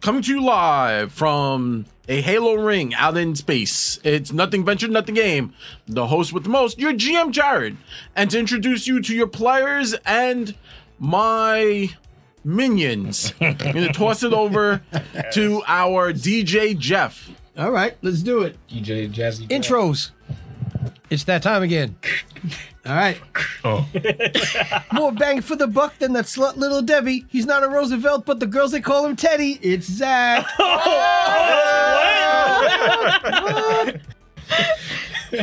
coming to you live from a Halo ring out in space. It's Nothing Venture, Nothing Game. The host with the most, your GM Jared. And to introduce you to your players and my minions, I'm going to toss it over to our DJ Jeff. All right, let's do it. DJ E Jazzy. Intros. It's that time again. All right. Oh. More bang for the buck than that slut little Debbie. He's not a Roosevelt, but the girls they call him Teddy. It's Zach.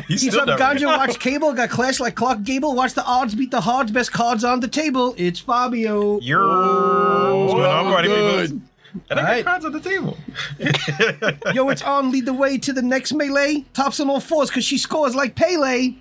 He's He's still up not ganja, ready. watch cable, got clashed like Clark Gable, watch the odds, beat the odds, best cards on the table. It's Fabio. You're what's going on, party people? And I Alright. got cards on the table. Yo, it's on, lead the way to the next melee. Tops on all fours because she scores like Pele.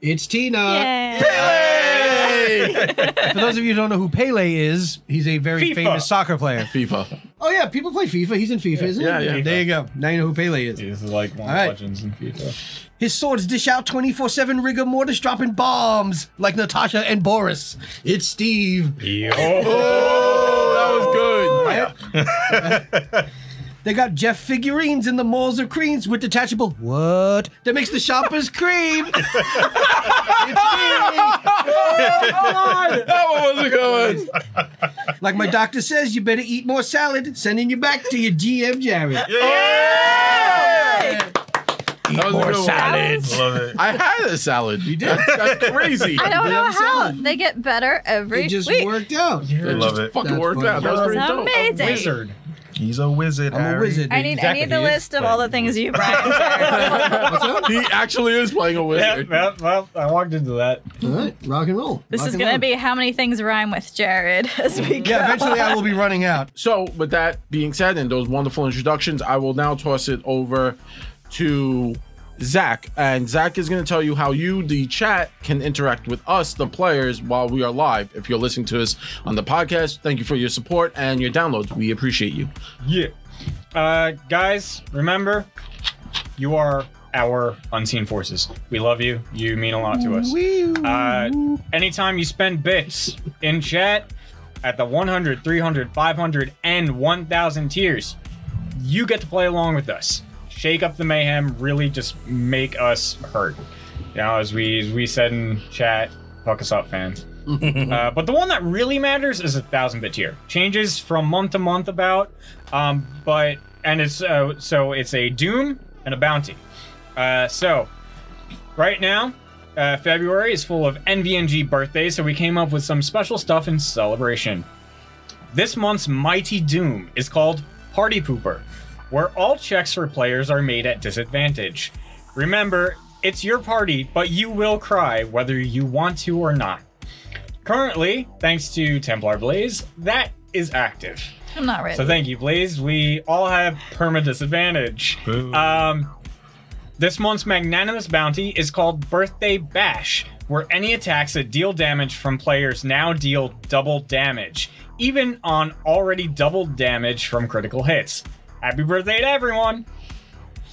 It's Tina. Hey! For those of you who don't know who Pele is, he's a very FIFA. famous soccer player. FIFA. Oh yeah, people play FIFA. He's in FIFA, isn't Yeah, he? yeah. There you go. Now you know who Pele is. This is like one All right. of the legends in FIFA. His swords dish out 24 7 rigor mortis, dropping bombs like Natasha and Boris. It's Steve. Oh, that was good. They got Jeff figurines in the malls of Queens with detachable what that makes the shoppers cream. That one was a good. one. Like my doctor says, you better eat more salad. Sending you back to your GM, Jared. That was a good one. Love it. I had a salad. You did? That's crazy. I don't know Damn how son. they get better every It just week. worked out. It Love just it. fucking That's worked funny. out. That was That pretty was dope. amazing. Wizard. He's a wizard. I'm a Harry. wizard. I need I Exactly, need the he is list of all the playing things you brought. He actually is playing a Yep, wizard. yep, yep. I walked into that. All right, rock and roll. this Rock is and gonna roll. be how many things rhyme with Jared as we go. Yeah, eventually I will be running out. So, with that being said, and those wonderful introductions, I will now toss it over to Zach. And Zach is going to tell you how you, the chat, can interact with us, the players, while we are live. If you're listening to us on the podcast, thank you for your support and your downloads. We appreciate you. Yeah. Uh, guys, remember, you are our unseen forces. We love you. You mean a lot to us. Uh, anytime you spend bits in chat at the 100, 300, 500, and 1,000 tiers, you get to play along with us. Shake up the mayhem, really just make us hurt. You know, as we as we said in chat, fuck us up, fans. Uh, but the one that really matters is a thousand bit tier. Changes from month to month about, um, but and it's uh, so it's a doom and a bounty. Uh, so right now, uh, February is full of NVNG birthdays, so we came up with some special stuff in celebration. This month's mighty doom is called Party Pooper, where all checks for players are made at disadvantage. Remember, it's your party, but you will cry whether you want to or not. Currently, thanks to Templar Blaze, that is active. I'm not ready. So thank you, Blaze. We all have perma disadvantage. Boo. Um, this month's magnanimous bounty is called Birthday Bash, where any attacks that deal damage from players now deal double damage, even on already doubled damage from critical hits. Happy birthday to everyone!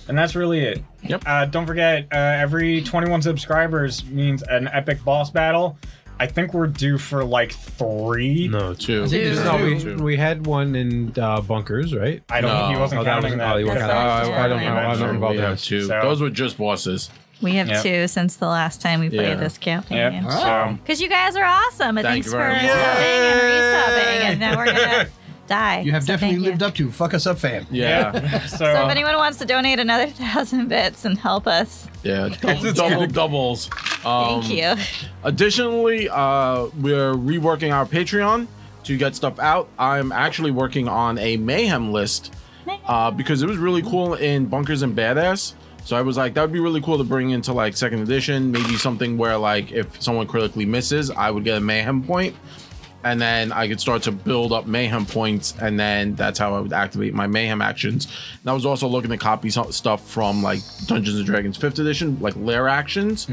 And that's really it. Yep. Uh, don't forget, uh, every 21 subscribers means an epic boss battle. I think we're due for like three. No, Two. there's No, we, Two. we had one in uh, bunkers, right? I don't. No. He wasn't Oh, that was counting oh, that. you That's weren't- the last I, I don't know. one. I'm not involved We in have that. two. So- Those were just bosses. we have Yep. two since the last time we played Yeah. this Yep. campaign. So- Because you guys are awesome. And Thank thanks you for very subbing much. and resubbing. And now we're gonna die. You have So definitely thank you. lived up to fuck us up, fam. Yeah. um, So, So if anyone wants to donate another thousand bits and help us, Yeah, double, double doubles. Um, thank you. Additionally, uh, we're reworking our Patreon to get stuff out. I'm actually working on a mayhem list uh, because it was really cool in Bunkers and Badass. So I was like, that would be really cool to bring into like second edition, maybe something where like if someone critically misses, I would get a mayhem point, and then I could start to build up mayhem points, and then that's how I would activate my mayhem actions. And I was also looking to copy some stuff from like Dungeons and Dragons fifth edition, like lair actions,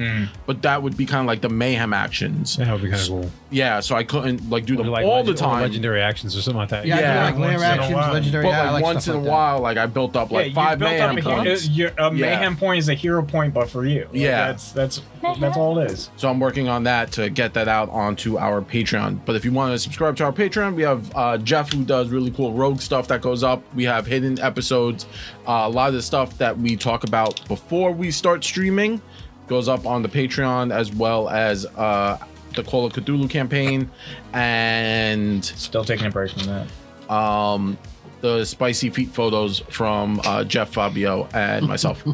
but that would be kind of like the mayhem actions. That would be kind of cool. Yeah, so I couldn't like do Or them like all leg- the or time. legendary actions or something like that. Yeah, Yeah. I do like layer Once in a actions, while. legendary. But yeah, I like like once in stuff a like that. while, like I built up like you five built mayhem up a- points. uh, your- a mayhem point is a hero point, but for you. Like, Yeah. that's that's that's all it is. So I'm working on that to get that out onto our Patreon. But if you want to subscribe to our Patreon, we have uh, Jeff who does really cool rogue stuff that goes up. We have hidden episodes, uh, a lot of the stuff that we talk about before we start streaming goes up on the Patreon as well as uh, the Call of Cthulhu campaign and Still taking a break from that. um, the spicy feet photos from uh, Jeff Fabio and myself.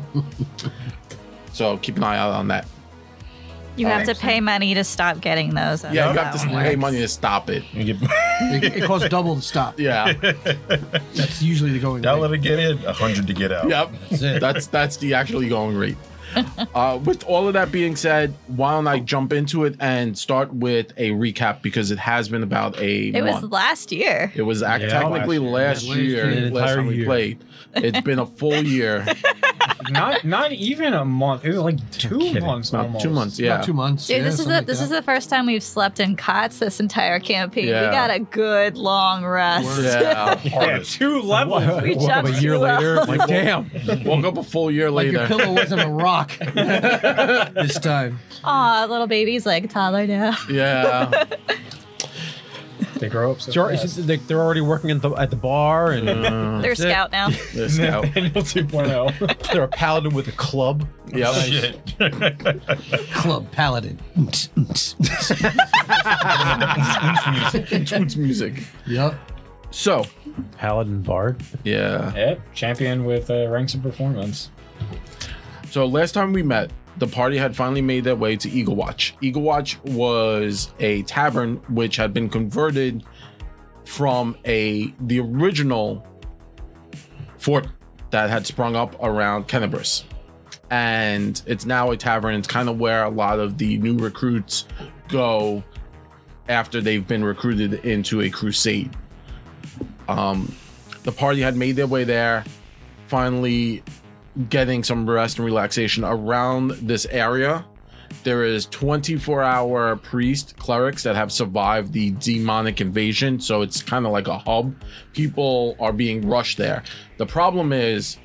so keep an eye out on that. You have to pay money to stop getting those. Yeah, you That's have how to it pay works. money to stop it. You get- It, it costs double to stop. Yeah. That's usually the going dollar rate. to get in, a hundred to get out. Yep. That's it. That's that's the actually going rate. Uh, with all of that being said, why don't I jump into it and start with a recap because it has been about a It was month. last year. it was act- Yeah, technically last last year, last, year. An entire time we year. played. It's been a full year, Not not even a month. It was like two kidding. months. about almost. two months. Yeah, About two months. Dude, yeah, Oh this is something the, like this that. is the first time we've slept in cots this entire campaign. Yeah. We got a good long rest. yeah. Yeah, two levels. We Woke up a jumped year too later. low. Like, damn. Woke up a full year Like your later. pillow wasn't a rock this time. Aw, little baby's like a toddler now. Yeah, They grow up so It's already- it's just like they're already working at the, at the bar, and Oh, They're scout now. this out. Nathaniel 2.0. they're a paladin with a club. Yep. Shit. Club Paladin. Tunes music. yep. So, Paladin bard. yeah. yep, champion with uh, ranks and performance. So last time we met, the party had finally made their way to Eagle Watch. Eagle Watch was a tavern which had been converted from a the original fort that had sprung up around Kennebrus. And it's now a tavern. It's kind of where a lot of the new recruits go after they've been recruited into a crusade. Um, the party had made their way there, finally getting some rest and relaxation around this area. There is 24 hour priest clerics that have survived the demonic invasion, so it's kind of like a hub. People are being rushed there. The problem is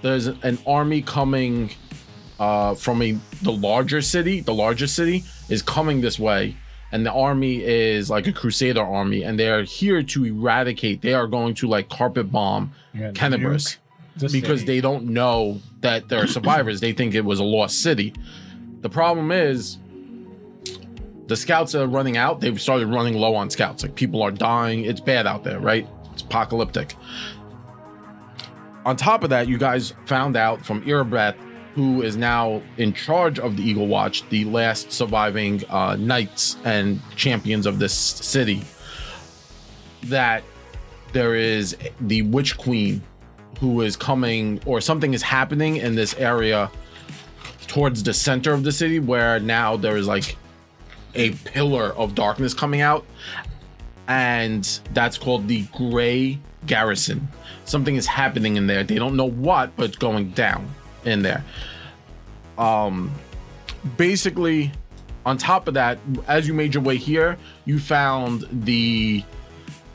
there's an army coming uh, from a the larger city. The larger city is coming this way, and the army is like a crusader army, and they are here to eradicate. They are going to like carpet bomb Yeah, Kennebrus This because city. they don't know that there are survivors. they think it was a lost city. The problem is the scouts are running out. They've started running low on scouts. Like people are dying. It's bad out there, right? It's apocalyptic. On top of that, you guys found out from Irabret, who is now in charge of the Eagle Watch, the last surviving uh, knights and champions of this city, that there is the Witch Queen who is coming or something is happening in this area towards the center of the city where now there is like a pillar of darkness coming out and that's called the gray garrison something is happening in there they don't know what but it's going down in there um basically on top of that as you made your way here you found the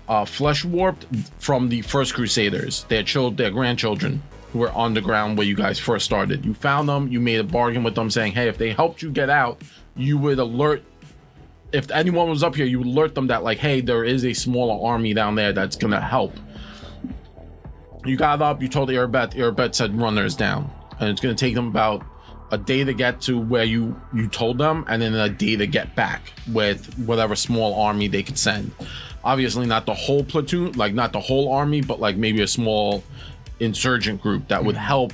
uh, flesh warped from the first Crusaders, their child, their grandchildren who were on the ground where you guys first started. You found them, you made a bargain with them, saying, "Hey, if they helped you get out, you would alert. If anyone was up here, you would alert them that like, hey, there is a smaller army down there that's gonna help." You got up, you told Erebeth. Erebeth said, "Runners down," and it's gonna take them about a day to get to where you you told them, and then a day to get back with whatever small army they could send. Obviously, not the whole platoon, like not the whole army, but like maybe a small insurgent group that would help,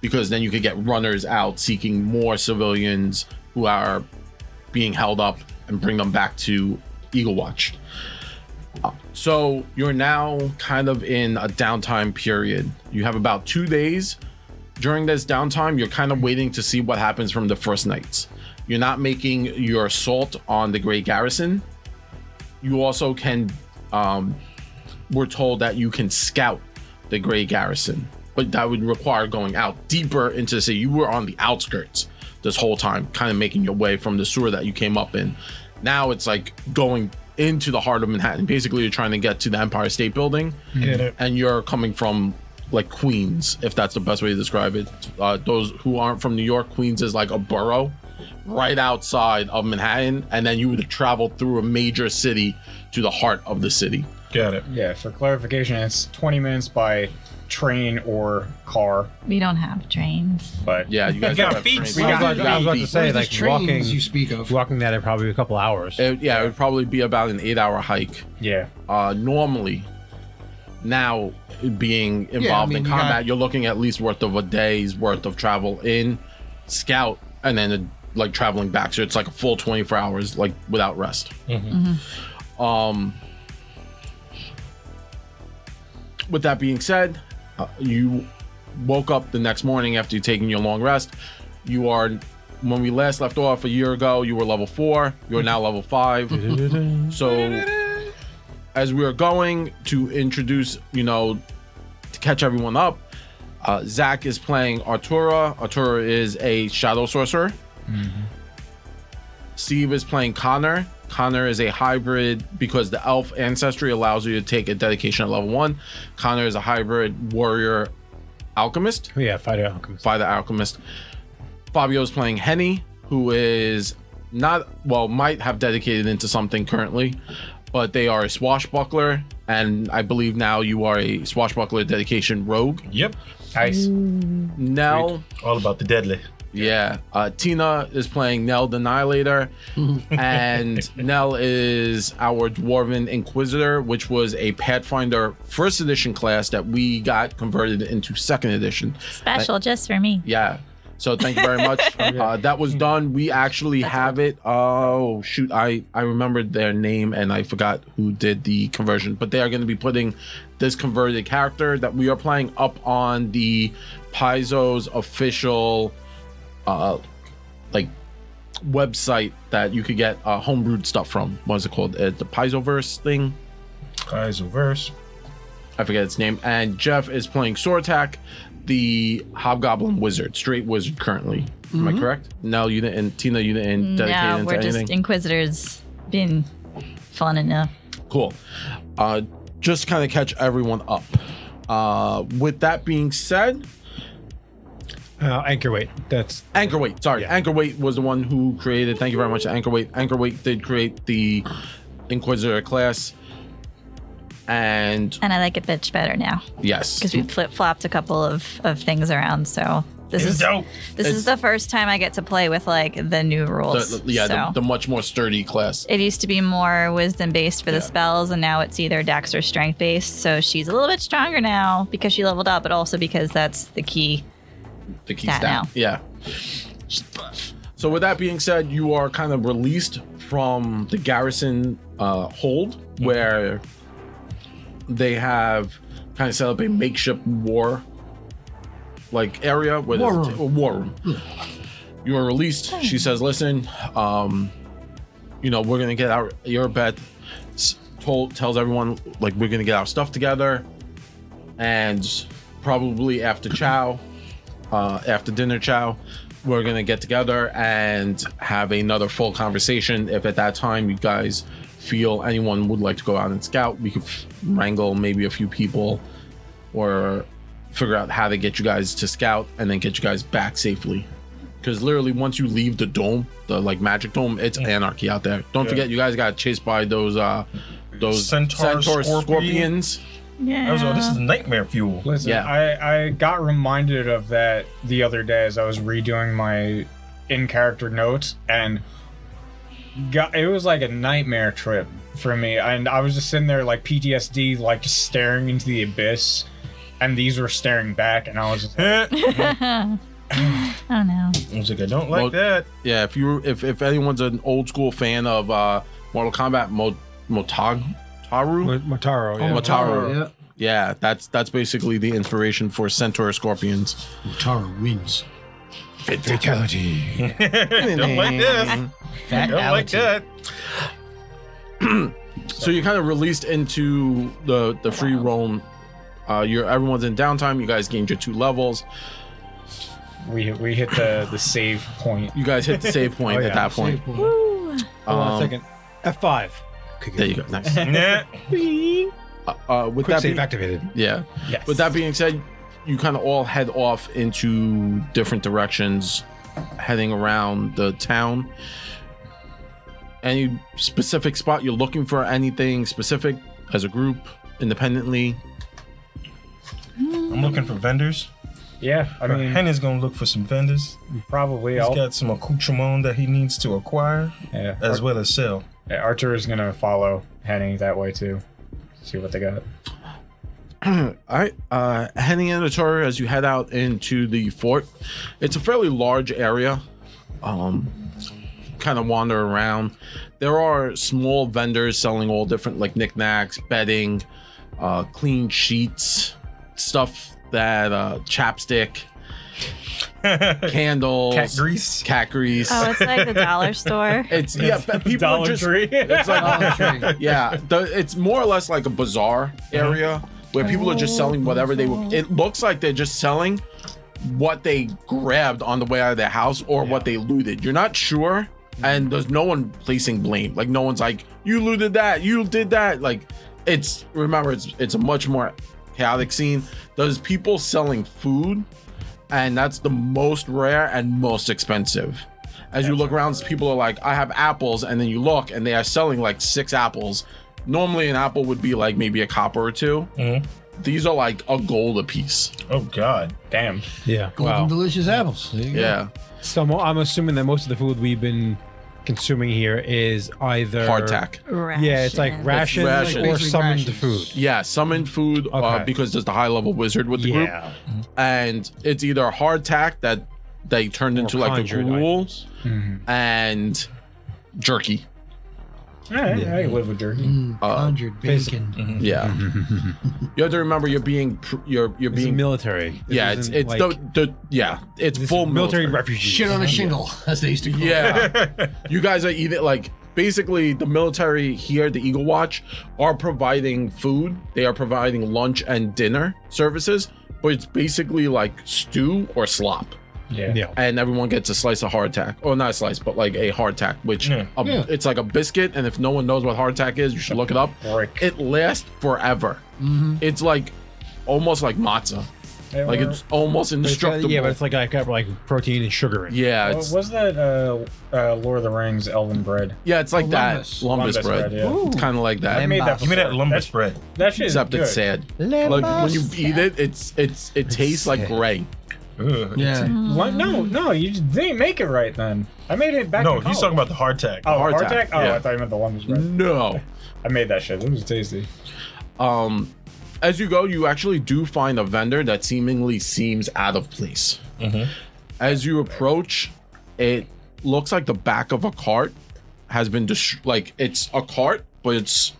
because then you could get runners out seeking more civilians who are being held up and bring them back to Eagle Watch. So you're now kind of in a downtime period. You have about two days. During this downtime, you're kind of waiting to see what happens from the first nights. You're not making your assault on the Great Garrison. You also can, um, we're told that you can scout the Great Garrison, but that would require going out deeper into the city. You were on the outskirts this whole time, kind of making your way from the sewer that you came up in. Now it's like going into the heart of Manhattan. Basically, you're trying to get to the Empire State Building, and you're coming from like Queens, if that's the best way to describe it. Uh, those who aren't from New York, Queens is like a borough. right outside of Manhattan, and then you would have traveled through a major city to the heart of the city. Got it. Yeah, for clarification, it's 20 minutes by train or car, We don't have trains. but Yeah, you guys got have feet. trains. We You got guys I was about to feet. say, like These trains walking, you speak of. walking that at probably a couple hours. It- yeah, it would probably be about an eight-hour hike. yeah. uh, normally now being involved mean, in you got- combat you're looking at least worth of a day's worth of travel in scout and then uh, like traveling back so it's like a full 24 hours like without rest Mm-hmm. um with that being said uh, you woke up the next morning after taking your long rest you are when we last left off a year ago you were level four Mm-hmm. you're now level five so as we are going to introduce, you know, to catch everyone up, uh, Zach is playing Artura. Artura is a shadow sorcerer. Steve is playing Connor. Connor is a hybrid because the elf ancestry allows you to take a dedication at level one. Connor is a hybrid warrior alchemist yeah, fighter alchemist. by the alchemist. Fabio's playing Henny, who is not well, might have dedicated into something currently, but they are a swashbuckler, and I believe now you are a swashbuckler dedication rogue. Yep. Nice. Nell, All about the deadly. yeah, uh, Tina is playing Nell Annihilator, and Nell is our dwarven inquisitor, which was a Pathfinder first edition class that we got converted into second edition. Special just for me. Yeah. So thank you very much. uh, that was done. We actually have it. Oh shoot, I I remembered their name and I forgot who did the conversion. But they are going to be putting this converted character that we are playing up on the Paizo's official, uh, like website that you could get uh, homebrewed stuff from. What is it called? Uh, the Paizoverse thing. Eyes of verse. I forget its name. And Jeff is playing Sortak, the Hobgoblin Wizard, straight wizard currently. Am I correct? No, you didn't. Tina, you didn't dedicate Mm-hmm. No, into we're just anything. inquisitors being fun enough. cool. Uh, just kind of catch everyone up. Uh, with that being said, Uh, anchor weight. That's Anchor Weight. Sorry, Yeah. Anchor Weight was the one who created. Thank you very much, to Anchor Weight. Anchor Weight did create the Inquisitor class, and And I like it bitch better now yes, because we flip flopped a couple of, of things around. So this It's is dope. this is the first time I get to play with like the new rules. the, the- yeah, so. the, the much more sturdy class. it used to be more wisdom based for the spells, and now it's either dex or strength based. So she's a little bit stronger now because she leveled up, but also because that's the key. the key that stat. now. Yeah. So with that being said, you are kind of released from the garrison uh, hold where they have kind of set up a makeshift war like area where War there's a ta- a war room. You are released. She says, "Listen, um, you know we're gonna get our your bet." S- Told tells everyone like we're gonna get our stuff together, and probably after chow, uh, after dinner chow we're gonna get together and have another full conversation if at that time you guys feel anyone would like to go out and scout we could f- wrangle maybe a few people or figure out how to get you guys to scout and then get you guys back safely because literally once you leave the dome the like magic dome it's anarchy out there don't Mm. Yeah. forget you guys got chased by those uh those Centaur, scorpion. scorpions Yeah. I was like, oh, this is nightmare fuel. Listen, Yeah. I, I got reminded of that the other day as I was redoing my in character notes, and got, it was like a nightmare trip for me. And I was just sitting there like PTSD, like just staring into the abyss, and these were staring back, and I was just like, I I don't know. was like, I don't like Well- that. Yeah, if you if if anyone's an old school fan of uh Mortal Kombat Mo- Motag Taru, Mataro. Yeah. Motaro. Yeah. Yeah, that's that's basically the inspiration for Centaur Scorpions. Utara wins. Fatality. don't like that. That Don't like that. So you're kind of released into the the free roam. Uh you're everyone's in downtime. You guys gained your two levels. we we hit the the save point. You guys hit the save point Oh, at yeah, that point. Hold on Um, a second. F five. There you go. Nice. Nah. Uh, with Quick that, save be- activated. yeah. Yes. With that being said, you kind of all head off into different directions heading around the town. Any specific spot you're looking for? Anything specific as a group, independently? I'm looking for vendors. Yeah, I mean, Oh. Henny's gonna look for some vendors. probably. He's I'll, got some accoutrement that he needs to acquire yeah, as Ar- well as sell. yeah, Archer is gonna follow Henning that way too. See what they got. All right, uh, heading in the tour as you head out into the fort. It's a fairly large area. Um, kind of wander around. There are small vendors selling all different like knickknacks, bedding, uh, clean sheets, stuff that uh, chapstick, candles, Cat grease. cat grease. Oh, it's like the dollar store. It's yeah, but people are Dollar just Tree. it's like Dollar Tree. yeah, the, it's more or less like a bazaar area where people are just selling whatever they. It looks like they're just selling what they grabbed on the way out of their house or what they looted. You're not sure, and there's no one placing blame. Like no one's like you looted that, you did that. Like it's remember it's it's a much more chaotic scene. There's people selling food, and that's the most rare and most expensive. As you look around, people are like, I have apples, and then you look and they are selling like six apples. Normally, an apple would be like maybe a copper or 2 Mhm. These are like a gold a piece. Oh God. Damn. Yeah. Golden Wow. delicious apples. There you go. Yeah. So I'm- I'm assuming that most of the food we've been consuming here is either Hardtack. Yeah, it's like Ration. rations rations. or Basically summoned rations. food. Yeah, summoned food uh, Okay. because there's the high level wizard with the group, Yeah. and it's either a hardtack that they turned into like a conjured gruel Mm-hmm. and jerky. Yeah, Yeah. I can live with jerky. Mm, Uh, conjured bacon. Yeah, you have to remember you're being pr- you're you're It's being military. This yeah it's isn't it's like- the, the yeah it's this is full military military, refugees. Shit on a shingle, as they used to call it. Yeah. you guys are either like basically the military here, the Eagle Watch, are providing food. They are providing lunch and dinner services, but it's basically like stew or slop. Yeah. Yeah. And everyone gets a slice of hardtack. Or not a slice, but like a hardtack, which Yeah. um, Yeah. it's like a biscuit. And if no one knows what hardtack is, you should look it up. Brick. It lasts forever. Mm-hmm. Mhm. It's like almost like matzah. Like it's almost But it's got- indestructible. Uh, yeah, but it's like I got like protein and sugar in it. yeah, What it's, was that uh, uh, Lord of the Rings Elven bread? yeah, it's like Lumbus. that. Lumbus, Lumbus bread. bread, yeah. It's kind of like that. I made that. Give me that before. lumber That, spread. that shit is except good. it's sad. Like when you eat it, it's it's it tastes like gray. Ugh. Yeah. What? No, no, you just didn't make it right then. I made it back. in No, he's college. talking about Mm. the hardtack. Oh, hardtack, hardtack. Oh, yeah. I thought you meant the lumber's bread. No. I made that shit. It was tasty. Um as you go, you actually do find a vendor that seemingly seems out of place. As you approach, it looks like the back of a cart has been dest- like it's a cart, but it's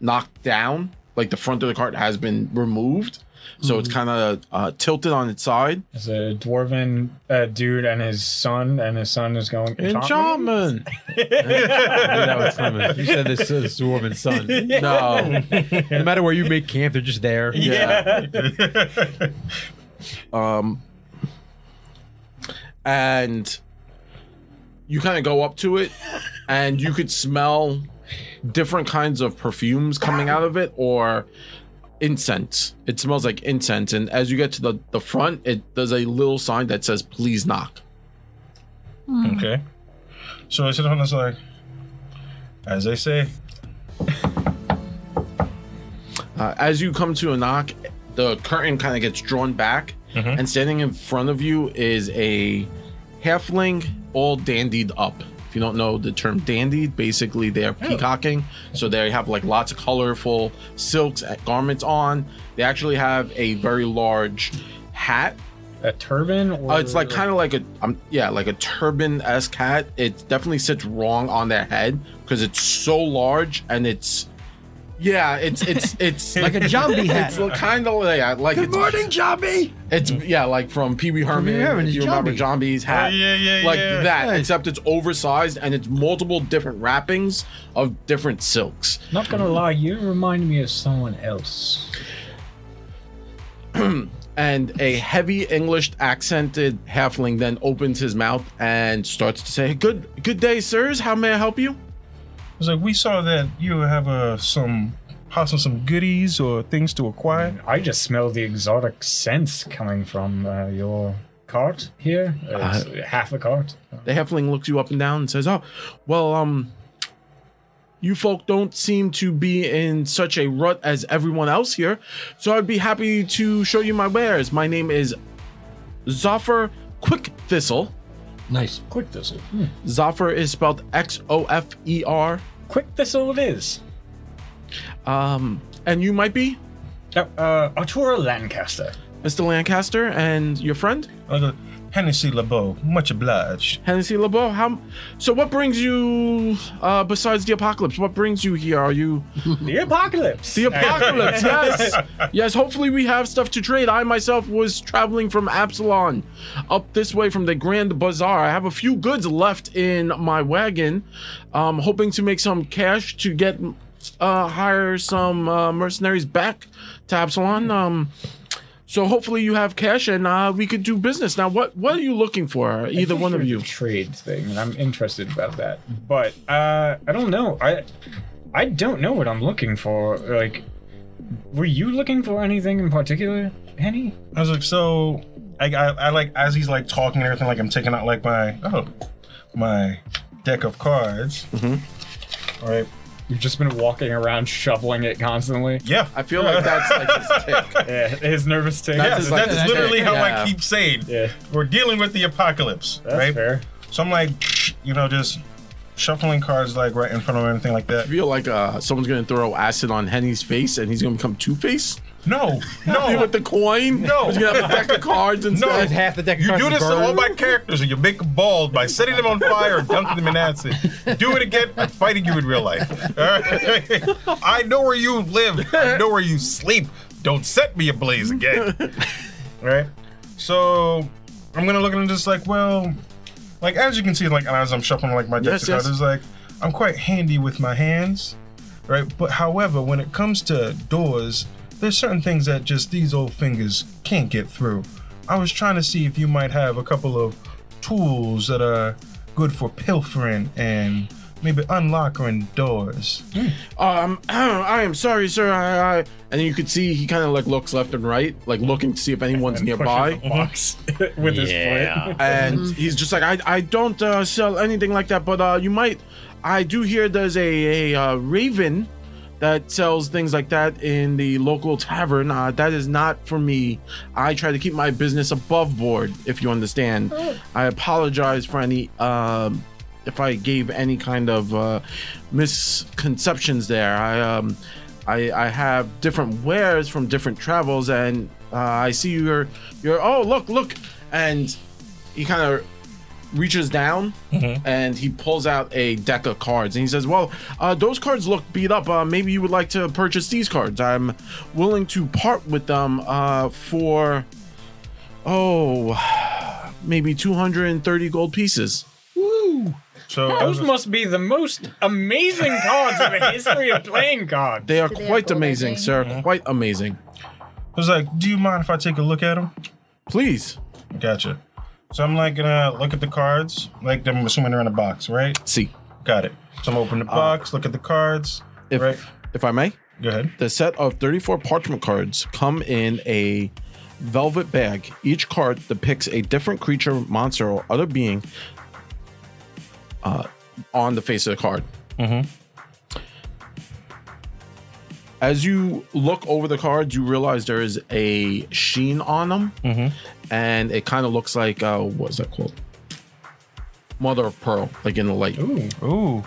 knocked down. Like the front of the cart has been removed, so it's kind of uh, tilted on its side. It's a dwarven uh, dude and his son, and his son is going. Enchantment. I know it's coming. You said this is dwarven sun. No. No matter where you make camp, they're just there. Yeah. um, and you kind of go up to it, and you could smell different kinds of perfumes coming out of it or incense. It smells like incense, and as you get to the the front, it there's a little sign that says "Please knock." Okay. So I sit down and it's like, as they say, Uh, as you come to a knock, the curtain kind of gets drawn back, and standing in front of you is a halfling all dandied up. If you don't know the term dandied, basically they are peacocking. So they have like lots of colorful silks and garments on. They actually have a very large hat. A turban? Or Uh, it's like kind of like a um, yeah, like a turban esque hat. It definitely sits wrong on their head because it's so large and it's yeah, it's it's it's Like a zombie hat. it's kind of like, yeah, like it's, Morning, Jobby. it's yeah, like from Pee Wee Herman. Herman, if it's you remember Zombie's hat, Oh, yeah, yeah, like yeah. that, Yeah. except it's oversized and it's multiple different wrappings of different silks. Not gonna lie, you remind me of someone else. And a heavy English accented halfling then opens his mouth and starts to say, "Good, good day, sirs. How may I help you?" it's like we saw that you have uh, some possibly some goodies or things to acquire. I just smell the exotic scents coming from uh, your cart here? Uh, it's half a cart. The halfling looks you up and down and says, "Oh, well, um, you folk don't seem to be in such a rut as everyone else here, so I'd be happy to show you my wares. My name is Zoffer Quick Thistle. Nice. Quick thistle. Zoffer is spelled X O F E R. Quick thistle it is. Um, and you might be No, uh, Arturo Lancaster. Mr. Lancaster and your friend I go, Hennessy LeBeau, much obliged. Hennessy LeBeau. How? So, what brings you uh, besides the apocalypse? What brings you here? Are you?" The apocalypse. The apocalypse, yes. Yes, hopefully we have stuff to trade. I myself was traveling from Absalon up this way from the Grand Bazaar. I have a few goods left in my wagon. Um hoping to make some cash to get uh hire some uh, mercenaries back to Absalon. Um so hopefully you have cash and uh, we could do business. Now what what are you looking for? Either one of Sure, you. trade thing and i'm interested about that but uh i don't know i i don't know what i'm looking for like were you looking for anything in particular henny I was like, so I, I, I like as he's like talking and everything, like I'm taking out like my oh my deck of cards. Mm-hmm. All right. you've just been walking around shoveling it constantly Yeah. I feel like that's like his tick. yeah his nervous tick That's yeah, his, that's like, deck. literally how Yeah. I keep saying yeah we're dealing with the apocalypse, that's right? fair So I'm like, you know, just shuffling cards like right in front of him, anything like I that. feel like uh, someone's gonna throw acid on Henny's face and he's gonna become Two Face. No, You no, with the coin? No. He's gonna have a deck of cards and No. stuff. half the deck. You do this to all my characters, or you make them bald by setting them on fire or dunking them in acid. Do it again, I'm fighting you in real life. All right? I know where you live. I know where you sleep. Don't set me ablaze again. All right? So I'm gonna look at him just like, well, like as you can see, like as I'm shuffling like my Yes, decks, and yes. others, like I'm quite handy with my hands, right? But however, when it comes to doors, there's certain things that just these old fingers can't get through. I was trying to see if you might have a couple of tools that are good for pilfering and maybe unlocking doors. Um, I am sorry, sir. I, I, and you could see he kind of like looks left and right, like looking to see if anyone's nearby. box with his foot And he's just like, I, I don't uh, sell anything like that, but uh, you might. I do hear there's a, a uh, raven that sells things like that in the local tavern. Uh, that is not for me. I try to keep my business above board, if you understand. I apologize for any, um, if I gave any kind of uh, misconceptions there. I, um, I, I have different wares from different travels, and uh, I see your, your. Oh, look, look, and he kind of reaches down and he pulls out a deck of cards and he says, "Well, uh, those cards look beat up. Uh, maybe you would like to purchase these cards. I'm willing to part with them uh, for oh, maybe 230 gold pieces." So I was those must be the most amazing cards in the history of playing cards They are they have quite gold, I amazing, think? sir. Quite amazing. I was like, do you mind if I take a look at them? Please, Gotcha. So I'm like gonna look at the cards. Like I'm assuming they're in a box, right? see Got it. So I'm open the box, look at the cards. if right. if I may. Go ahead. The set of 34 parchment cards come in a velvet bag. Each card depicts a different creature, monster, or other being uh, on the face of the card. As you look over the cards, you realize there is a sheen on them, and it kind of looks like uh, what's that called? Mother of pearl, like in the light Ooh.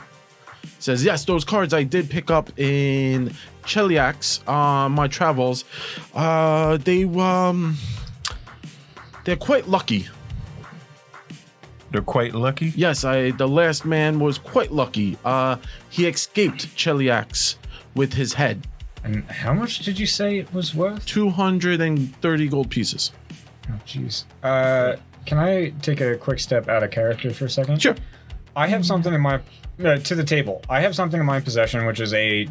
says yes those cards i did pick up in cheliax on my travels uh they um they're quite lucky They're quite lucky. yes i the last man was quite lucky uh he escaped cheliax with his head and how much did you say it was worth 230 gold pieces Oh, jeez. Uh, can I take a quick step out of character for a second? sure I have something in my uh, to the table. I have something in my possession, which is a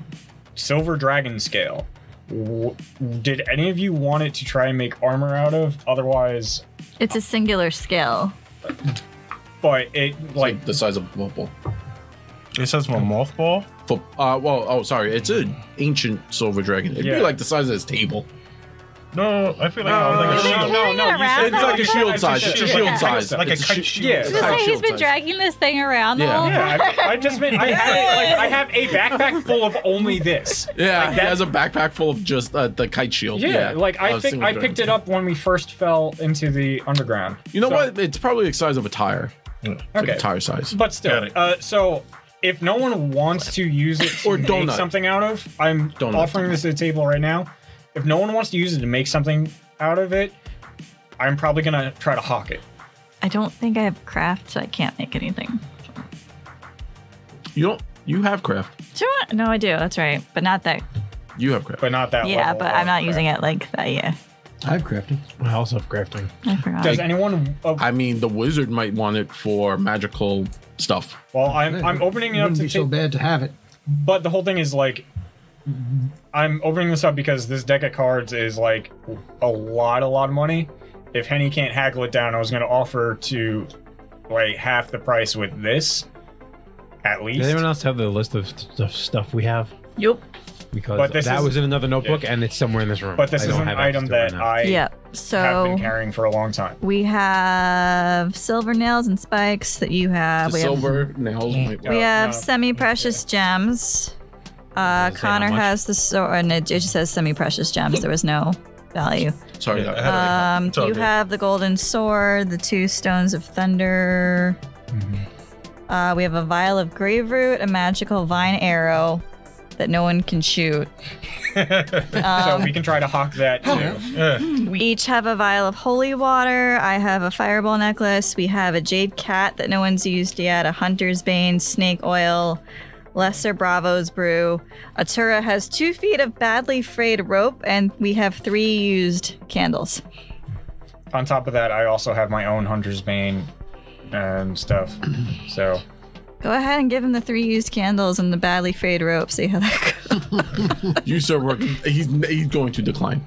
silver dragon scale. W- did any of you want it to try and make armor out of? Otherwise, It's a singular skill. but it like the size of a football It says my mothball. Fo- uh well oh sorry it's an ancient silver dragon it'd Yeah. be like the size of this table No, I feel like No, like no, a no, shield. no, no, no, no, It's like a shield Oh, It's a size. It's a shield. shield Yeah. size. Like a It's kite shi- shield. Yeah. it's a Just kite like he's shield been size. dragging this thing around the Yeah. whole Yeah, I, I just meant I have it, like I have a backpack full of only this. Yeah, Like he that- has a backpack full of just uh, the kite shield. Yeah, Yeah, like I Uh, think single I thread. picked it up when we first fell into the underground. You know So- what? It's probably the size of a tire. Like Okay, a tire size. but Got still. it. Uh, so if no one wants to use it to Or make donut. something out of, I'm Donut. offering this at the table right now. If no one wants to use it to make something out of it, I'm probably gonna try to hawk it. I don't think I have craft, so I can't make anything. You don't. You have craft. Do you want- No, I do. That's right, but not that. You have craft. but not that. Yeah, level but of I'm not crap. using it like that. Yeah, I'm crafting. I also have crafting. I forgot. Does anyone? oh, I mean, the wizard might want it for magical stuff. well, I'm I'm opening it up Wouldn't to be take, so bad to have it. but the whole thing is like, I'm opening this up because this deck of cards is like a lot, a lot of money. If Henny can't haggle it down, I was gonna offer to like half the price with this, at Does anyone least. else have the list of st- stuff we have? Yup. Because But this that is- was in another notebook and it's somewhere in this room. But this I is don't an have access item to it right that now. I Yeah. have been So carrying for a long time. we have silver nails and spikes that you have. The we have silver nails. might- uh, We Oh, have no. semi-precious gems. Uh, Doesn't say how Connor much. has the sword, and it, it just says semi-precious gems. There was no value. Sorry. Oh, Yeah, I that- had it. Um, It's all you good. have the golden sword, the two stones of thunder. Uh, we have a vial of grave root, a magical vine arrow that no one can shoot. uh, so we can try to hawk that too. We each have a vial of holy water. I have a fireball necklace. We have a jade cat that no one's used yet, a hunter's bane, snake oil, lesser bravo's brew. Atura has two feet of badly frayed rope, and we have three used candles. On top of that, I also have my own Hunter's Bane and stuff. So Go ahead and give him the three used candles and the badly frayed rope. See how that goes. uh, You start working. He's he's going to decline.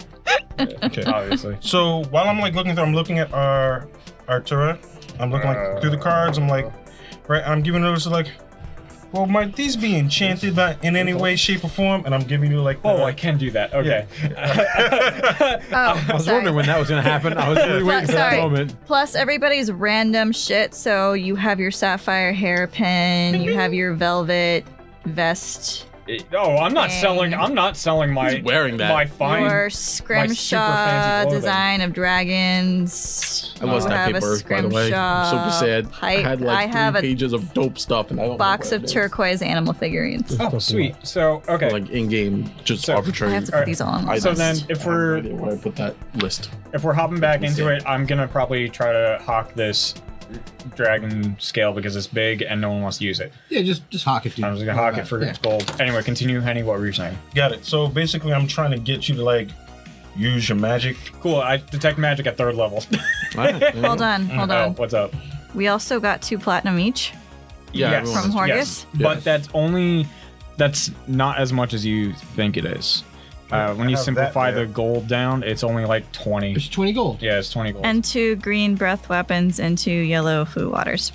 Okay. obviously. So while I'm like looking through, I'm looking at our our Torah. I'm looking like through the cards. I'm like, right. I'm giving those like, well, might these be enchanted by, in any way, shape, or form? And I'm giving you like, Oh, the- I can do that. Okay. Oh, I was wondering when that was going to happen. I was really waiting for that moment. Plus everybody's random shit. So you have your sapphire hairpin, you have your velvet vest, oh, I'm not Dang. selling. I'm not selling my He's wearing that. my fine. your fancy scrimshaw clothing. design of dragons. I lost You that have a paper, by the way. I'm scrimshaw super sad. Pipe. I had like I have three a pages of dope stuff, and I don't box know where of it is. turquoise animal figurines. Oh, sweet. So okay. Like in game, just So- I arbitrary. have to put Alright. these all on. I- so then, if I we're have no idea where I put that list. if we're hopping back Let's into see. it, I'm gonna probably try to hawk this dragon scale because it's big and no one wants to use it. Yeah, just just hawk it, dude. I'm just gonna hawk it for Yeah. gold. Anyway, continue, Henny. What were you saying? got it. So basically, I'm trying to get you to like use your magic. Cool. I detect magic at third level. Hold on, hold oh, on. what's up? We also got two platinum each Yeah, Yes. everyone from has- Horgus. Yes, but Yes. that's only that's not as much as you think it is. Uh, when you Have that simplify the there. gold down, it's only like twenty. It's 20 gold. Yeah, it's twenty gold. And two green breath weapons and two yellow foo waters.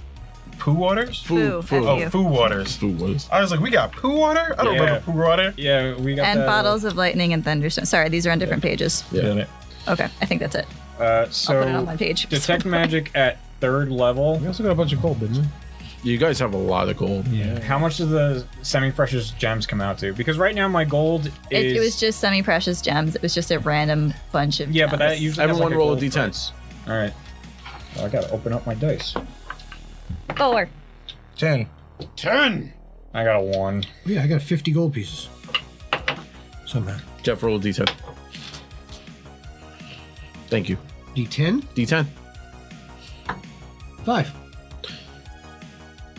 Poo waters. Foo, Foo, foo. F Oh, you. poo waters. Food was. I was like, we got poo water. I don't Yeah. remember poo water. yeah, we got And that, uh, bottles of lightning and thunderstone. Sorry, these are on different pages. Got it. Okay, I think that's it. Uh, I'll so put it on my page. detect magic at third level. We also got a bunch of gold, didn't we? You guys have a lot of gold. Yeah. How much does the semi-precious gems come out to? Because right now my gold is. It, it was just semi-precious gems. It was just a random bunch of yeah, but that gems. usually. has, Everyone like, roll a gold D10. price. All right. Well, I gotta open up my dice. four. Ten. I got a one. Oh, Yeah, I got 50 gold pieces. Somehow. Jeff, roll a d10. Thank you. D10? D10. 5.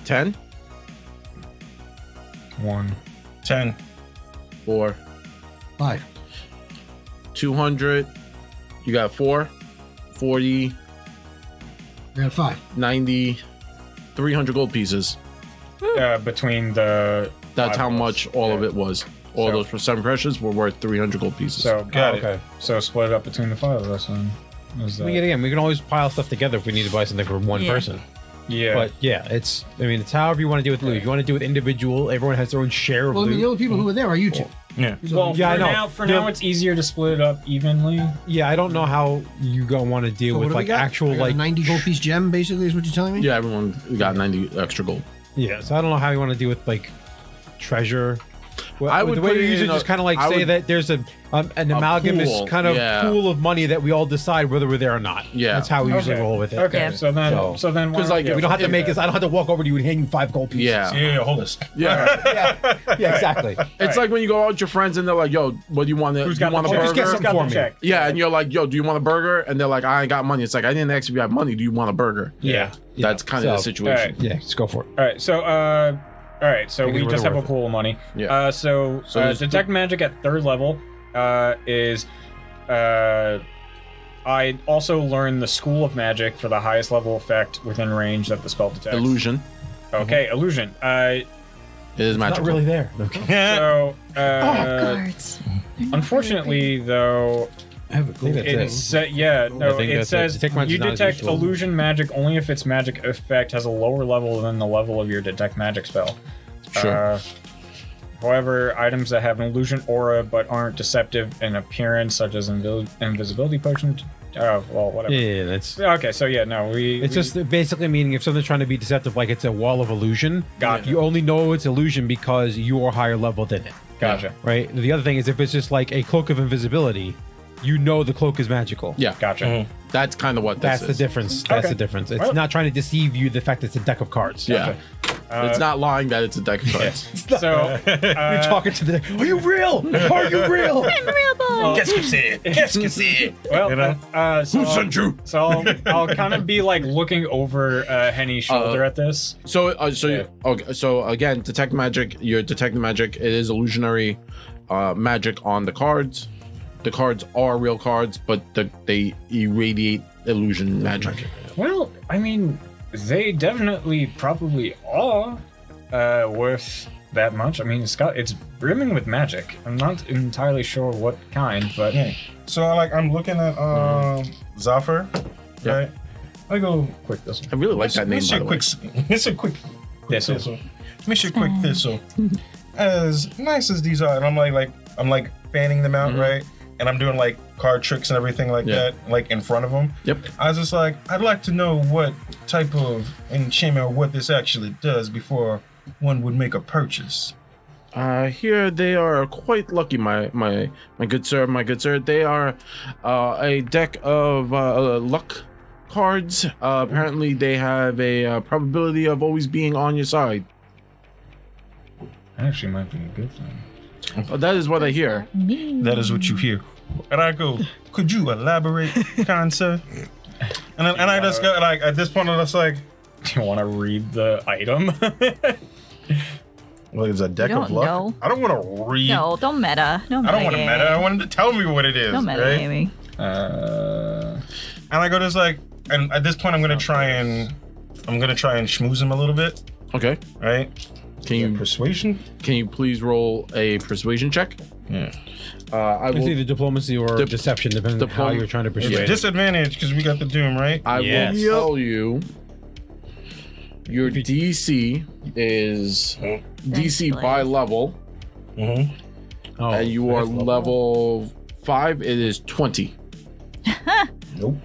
10, One. Ten. 4, 5. 200. You got 4, 40, I got 5. 90, 300 gold pieces. Hmm. Uh, between the. That's five how rolls. much all of Yeah. it was. All So- those for seven precious were worth 300 gold pieces. So Got oh, it. okay. So split it up between the five of us. Then. Was that- We get again. We can always pile stuff together if we need to buy something for one Yeah. person. yeah. But yeah, it's. I mean, it's however you want to do it. Lou. If you want to do it individual, everyone has their own share of Well, I mean, the loot. Oh, only people who were there are you two. Yeah. Well, Yeah, I for know. now, for Yeah. now, it's easier to split it up evenly. Yeah, I don't know how you go want to deal So what with do we like got? I actual got a like 90 gold piece gem, basically, is what you're telling me? Yeah, everyone got 90 extra gold. Yeah, so I don't know how you want to deal with like treasure. Well, I I would would the put way you it usually in a- just kind of like I say would- that there's a um, an amalgamous pool, kind of yeah. pool of money that we all decide whether we're there or not. Yeah. that's how we usually Okay. roll with it. Okay, Yeah. so then, So- so, then, why 'Cause, don't- like, yeah, We don't have to Yeah. make this. I don't have to walk over to you and hand you five gold pieces. Yeah. Yeah, hold this. Yeah. yeah, yeah, exactly. It's like when you go out with your friends and they're like, yo, what do you want? To, who's you got want the a check? just get burger? Who's something got for the me. check? Yeah, and you're like, yo, do you want a burger? And they're like, I ain't got money. It's like, I didn't ask if you had money. Do you want a burger? Yeah, yeah. That's kind of the So- situation. Yeah, just go for it. All right, so uh, all right, so Make it we just have a worth it. pool of money. Yeah. Uh, so, So uh, there's- detect magic at third level uh, is uh, I also learned the school of magic for the highest level effect within range that the spell detects. Illusion Okay, illusion. Uh, It is Not magical. really there. Okay. so oh, uh, guards. unfortunately though, I have a gold That's it it. sa- yeah no think it that's it. says Detect magic's you not as detect useful. illusion magic only if its magic effect has a lower level than the level of your detect magic spell. Sure. Uh, however, items that have an illusion aura but aren't deceptive in appearance, such as invi- invisibility potion, uh, well, whatever. Yeah, yeah, that's. Okay, so yeah, no, we. It's we- just basically meaning if something's trying to be deceptive, like it's a wall of illusion. Gotcha. You only know it's illusion because you are higher level than it. gotcha, right? The other thing is if it's just like a cloak of invisibility, you know the cloak is magical. Yeah. gotcha. That's kind of what this That's the is. difference. That's Okay. the difference. It's Well- not trying to deceive you the fact it's a deck of cards. Yeah. it's not lying that it's a deck of cards. Mm-hmm. So uh, You're talking to the deck. Are you real? Are you real? Real boy. Qu'est-ce que c'est? Qu'est-ce que c'est? well, You know? uh, so I'll, you? so I'll, I'll kind of be like looking over uh, Henny's shoulder at this. So, uh, so Yeah. okay. So again, detect magic. You're detecting magic. It is illusionary uh, magic on the cards. The cards are real cards, but the, they irradiate illusion magic. Well, I mean, they definitely probably are uh, worth that much. I mean, it's got it's brimming with magic. I'm not entirely sure what kind, but Yeah. So like I'm looking at um Zafir, Mm-hmm. Yeah. right? I go Oh, quick this one. I really like Mister that name. By the way. quick, Mister Quick Thistle. Thistle, Mister Quick Thistle. As nice as these are, and I'm like, like I'm like fanning them out, right? And I'm doing like card tricks and everything like Mm-hmm. Yeah. that, like in front of them. Yep. I was just like, I'd like to know what type of enchantment or what this actually does before one would make a purchase. Uh, here they are quite lucky, my my my good sir, my good sir. They are uh, a deck of uh, luck cards. Uh, apparently, they have a uh, probability of always being on your side. That actually might be a good thing. Uh, that is what I hear. That is what you hear. And I go, could you elaborate, kind sir? And then, and I just got like at this point I was like, Do you want to read the item? Well, it's a deck You of don't luck. know. I don't want to read. No, don't meta. No meta. I don't want to game. meta. I want him to tell me what it is, Don't meta, right? Amy. uh, And I go just like, and at this point, I'm gonna try and, I'm gonna try and schmooze him a little bit, Okay, right? can you Persuasion. Can you please roll a persuasion check? Yeah. Uh, I It's will. either diplomacy or Dip- deception, depending on how diplom- you're trying to It's persuade. it. disadvantage because we got the doom, right? I Yes. will tell you. Your DC is DC by please. level, Mm-hmm. Oh, and you are that's lovely. level five. It is twenty. Nope.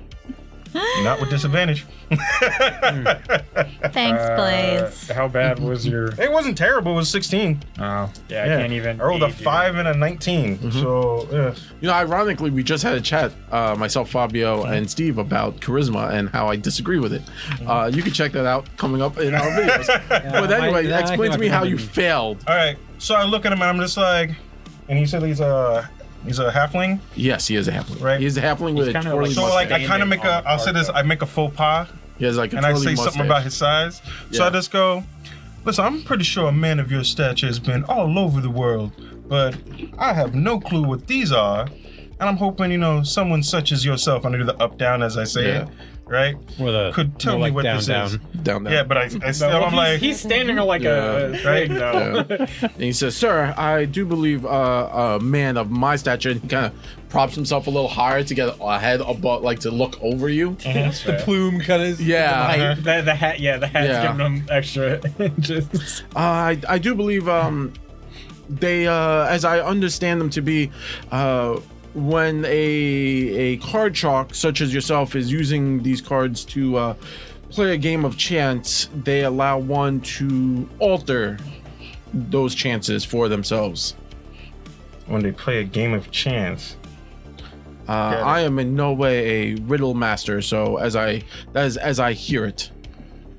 Not with disadvantage. Thanks, uh, Blaze. how bad was your? It wasn't terrible. It was 16. Oh, yeah, Oh, I can't even. I rolled a read you. five and a 19. So yeah. You know, ironically, we just had a chat, uh, myself, Fabio, Mm-hmm. and Steve, about charisma and how I disagree with it. Uh, you can check that out coming up in our videos. but I- anyway, I can explain to me how you recommend- failed. All right. So I look at him and I'm just like, and he said he's a he's a halfling. Yes, he is a halfling. Right. He is a halfling with a kinda twirling He So must like mustache. I kind standing of make on a the I'll say this parka. I make a faux pas he has like a and I twirling say mustache. something about his size. So Yeah. I just go, listen, I'm pretty sure a man of your stature has been all over the world, but I have no clue what these are, and I'm hoping you know someone such as yourself. And I do the up down as I say it, right? Or the- Could tell or, me like, what down, this is. down. down there. Yeah, but I, I still Well, I'm he's, like he's standing like Yeah. a, a thing though. Yeah. and he says, "Sir, I do believe uh, a man of my stature." And he kind of props himself a little higher to get ahead above, like to look over you. That's fair. plume kind of. Yeah, Uh-huh. The, the hat, yeah, the hat's Yeah. giving him extra. just, uh, I I do believe um, they, uh, as I understand them to be, uh, when a a card shark such as yourself is using these cards to uh, play a game of chance, they allow one to alter those chances for themselves. When they play a game of chance. Uh, it. I am in no way a riddle master, so as I that is as I hear it.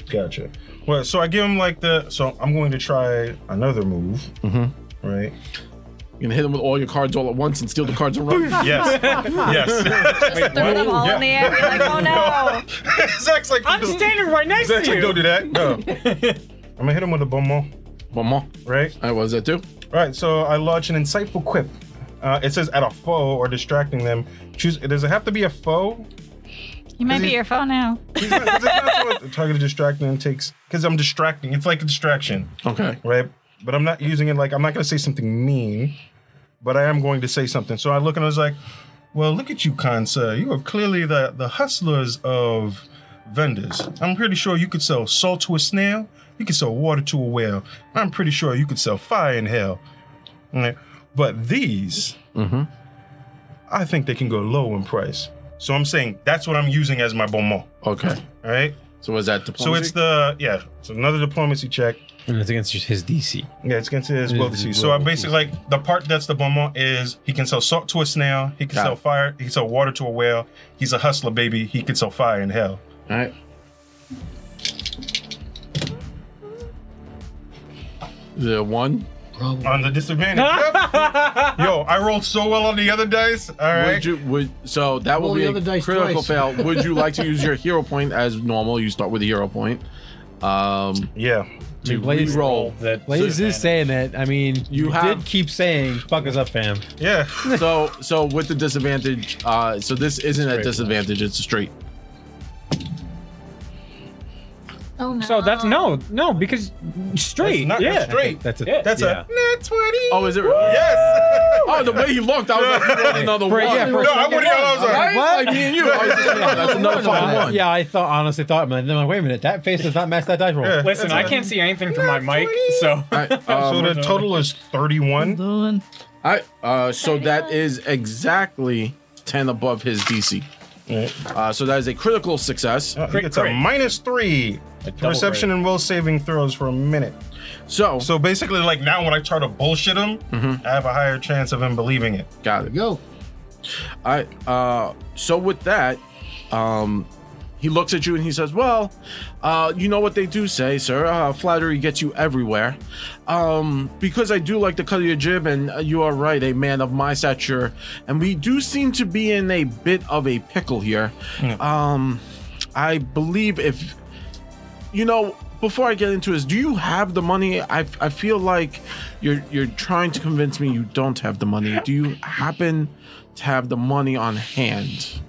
Gotcha. Well, so I give him like the. So I'm going to try another move. Mhm. Right. You're gonna hit them with all your cards all at once and steal the cards and run. Yes. yes. Just throw them all in the air. Be like, oh no. Zach's like. I'm "Don't- standing right next Zach's to like, you. don't do that. No. I'm gonna hit him with a bon mot. One more. Right. I was that too. All right. So I launch an insightful quip. Uh, it says at a foe or distracting them. Choose. Does it have to be a foe? You might be your phone now. It's not- it's not so- Targeted distracting them takes. Because I'm distracting. It's like a distraction. Okay. right? But I'm not using it like I'm not going to say something mean, but I am going to say something. So I look and I was like, "Well, look at you, Kansa. You are clearly the the hustlers of vendors. I'm pretty sure you could sell salt to a snail. You could sell water to a whale. I'm pretty sure you could sell fire in hell. Right? But these, I think they can go low in price. So I'm saying that's what I'm using as my bon mot. Okay. All right. So was that diplomacy? So it's the yeah. It's another diplomacy check. And it's against his DC. Yeah, it's against his It will to is see. his So I will to basically like the part that's the bon mot is he can sell salt to a snail, he can Got sell it. fire, he can sell water to a whale. He's a hustler, baby. He can sell fire in hell. all right. The one. Probably. On the disadvantage. Yep. Yo, I rolled so well on the other dice. All right. Would you would so that will Roll be the a other dice critical twice. fail. Would you like to use your hero point as normal? You start with a hero point. Um, yeah. to Blaze- re-roll. That Blaze is saying that. I mean, You you, have- did keep saying, "Fuck us up, fam." Yeah. So so with the disadvantage. Uh, so this isn't a disadvantage. It's a straight. Oh no. So that's no, no, because straight. That's not- yeah. that's straight. That's a Yeah. That's yeah. a nat 20. Oh, is it? yes. Oh, the way he looked, I was like, you rolled another Break- one. yeah, right? break- no, I wouldn't. I was like, Like me and you. I was just like, oh, that's another fucking one. Yeah, I thought honestly thought, man. Then I'm like, wait a minute, that face does not match that dice roll. Yeah. Listen, I can't see anything from my mic, so All right, um, so the total is 31. Doing. All right, uh, so that is exactly 10 above his DC. Uh, so that is a critical success. Uh, he gets a crit. minus three. Perception and will saving throws for a minute. So, So basically, like now when I try to bullshit him, Mm-hmm. I have a higher chance of him believing it. got it. Go. All right, uh, so with that, um, he looks at you and he says, Well, uh, you know what they do say, sir. Uh, flattery gets you everywhere. Um, because I do like the cut of your jib, and uh, you are right, a man of my stature. And we do seem to be in a bit of a pickle here. Um, I believe if you know before i get into this do you have the money i, I feel like you're you're trying to convince me you don't have the money do you happen to have the money on hand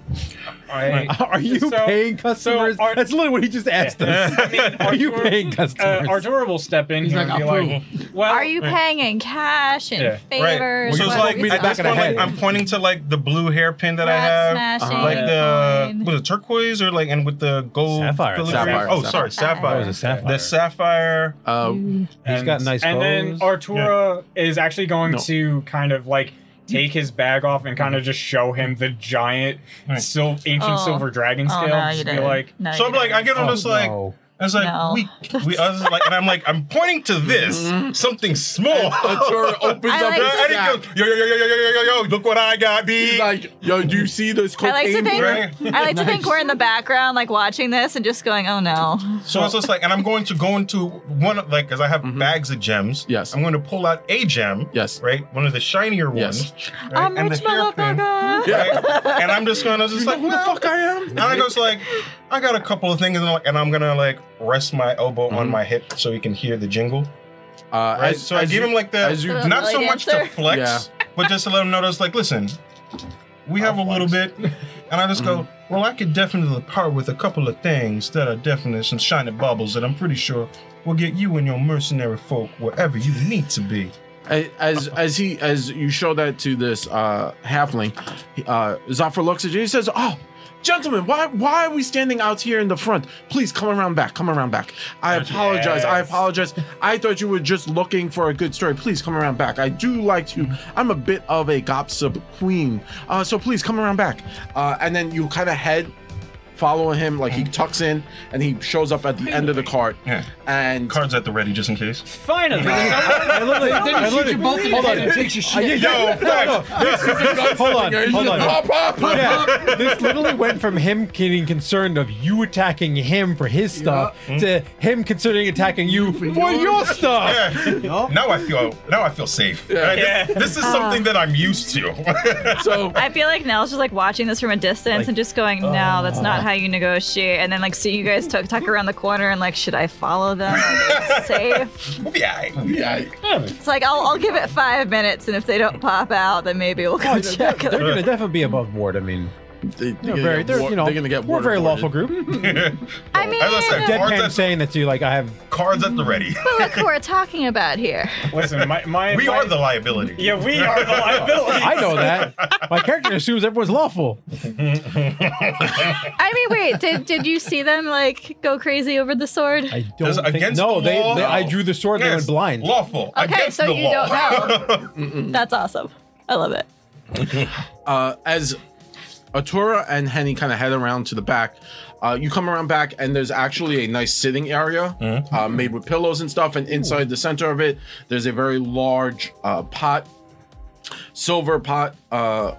I, Are you So- paying customers? so are- That's literally what he just asked us. I mean, Are you Arturo- paying Uh, customers? Arturo will step in He's here like, and be "Approve." like, "Well, Are you paying in cash and Yeah. favors? So it's what- like me the at back this of the point, like, head. I'm pointing to like the blue hairpin that I Rat have, smashing, like the fine. was it turquoise or like and with the gold Sapphire, filigree- sapphire, Oh, sapphire. sorry, Oh, sapphire. it was a sapphire. The sapphire. uh, He's got nice And clothes. then Arturo is actually going No. to kind of like take his bag off and kind of just show him the giant Right. sil- ancient Oh. silver dragon Oh scale. no, you Just be didn't. like, No, So you I'm like, I didn't. get on this Oh, like, no. I was like, No. we, we, I was like, and I'm like, I'm pointing to this Mm-hmm. something small. Arturo opens I up like his I didn't sack. go, yo, yo, yo, yo, yo, yo, yo, yo, yo, look what I got, B. He's like, yo, do you see this I cocaine? like to think brand? Right. I like to think we're in the background, like watching this and just going, "Oh no!" So it's just like, and I'm going to go into one of like, because I have bags of gems. Mm-hmm. Yes. I'm going to pull out a gem. Yes. Right, one of the shinier Yes. ones. i Right? and the hairpin. Right? And I'm just gonna just You know like, who the well, fuck I am? And I just like, I got a couple of things, and, like, and I'm gonna like rest my elbow Mm-hmm. on my hip so you can hear the jingle. Uh, Right. as- so I as give you- him like the as you do- not so Belly much dancer. to flex, Yeah. but just to let him know that's like, listen, we have a little bit, and I just go, well, I could definitely part with a couple of things that are definitely some shiny bubbles that I'm pretty sure will get you and your mercenary folk wherever you need to be. as as he as you show that to this uh halfling he- uh Zafra looks at you he says oh Gentlemen, why why are we standing out here in the front? Please come around back. Come around back. I apologize. I Yes. apologize. I thought you were just looking for a good story. Please come around back. I do like to. I'm a bit of a gossip queen. Uh, so please come around back. Uh, and then you kind of head, following him. Like he tucks in and he shows up at the end of the cart. Yeah. And Cards at the ready just in case. Finally, I literally, I literally, hold on, Uh, it takes your shit. Yo, facts. Hold on, hold on. Pop, pop, pop. Yeah, this literally went from him getting concerned of you attacking him for his stuff to him considering attacking you Hmm? for your stuff. Now I feel now I feel safe. Right? Yeah. This, this is something that I'm used to. So I feel like Nell's just like watching this from a distance and just going, "No, that's not how you negotiate." And then like see you guys tuck tuck around the corner and like, should I follow them? Are they safe. we'll be alright. We'll be alright. It's like I'll, I'll give it five minutes, and if they don't pop out, then maybe we'll go check. They're gonna definitely be above board. I mean, they, they're very, they're, you know, gonna get we're a very lawful waterboarded. group. I mean, As I said, uh, Cards Deadpan at- saying that to you, like I have. Cards at the ready. but look who we're talking about here. listen, my, my We my- are the liability. yeah, we are the liability. I know that. My character assumes everyone's lawful. I mean, wait, did did you see them like go crazy over the sword? I don't Does think. against no, the they, law? they. I drew the sword. They Yes, went blind. Lawful. Okay, against so the you law. don't know. That's awesome. I love it. uh, as Atura and Henny kind of head around to the back, uh, you come around back and there's actually a nice sitting area uh, made with pillows and stuff. And inside the center of it, there's a very large uh, pot, silver pot. Uh,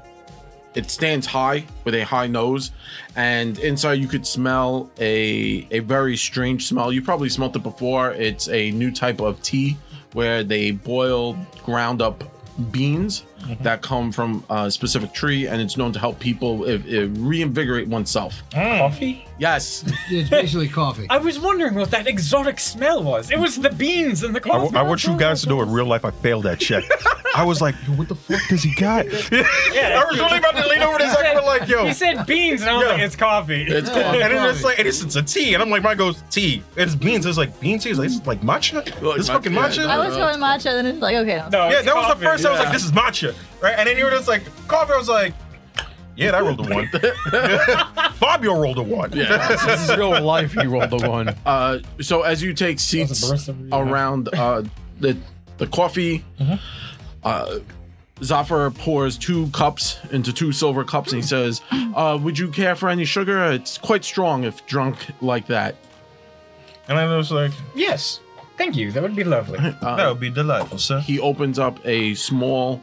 it stands high with a high nose, and inside you could smell a a very strange smell. You probably smelt it before. It's a new type of tea where they boil ground up beans that come from a specific tree, and it's known to help people if, if reinvigorate oneself. coffee. Yes, It's basically coffee. I was wondering what that exotic smell was. It was the beans and the I, coffee. I want you guys to know in real life I failed that check. I was like, yo, what the fuck does he got? I was really about to lean over to Zach and be like, yo. He said beans, and I was Yeah. like, it's coffee. it's and called. then it's like, and it's, it's a tea. And I'm like, mine goes tea. It's beans. It's like beans tea. It's like, this is like matcha? Like this matcha, fucking yeah. matcha? I was going matcha, then it's like, okay, no. no, Yeah, it's that was the coffee. first. I was like, Yeah. "This is matcha," right? And then you were just like, "Coffee." I was like, "Yeah, that rolled a one." Fabio rolled a one. Yeah. This is real life. He rolled the one. Uh, so as you take seats barista, yeah. around uh, the the coffee, uh, Zafar pours two cups into two silver cups and he says, uh, "Would you care for any sugar? It's quite strong if drunk like that." And I was like, Yes. Thank you. That would be lovely. "That would be delightful, sir." He opens up a small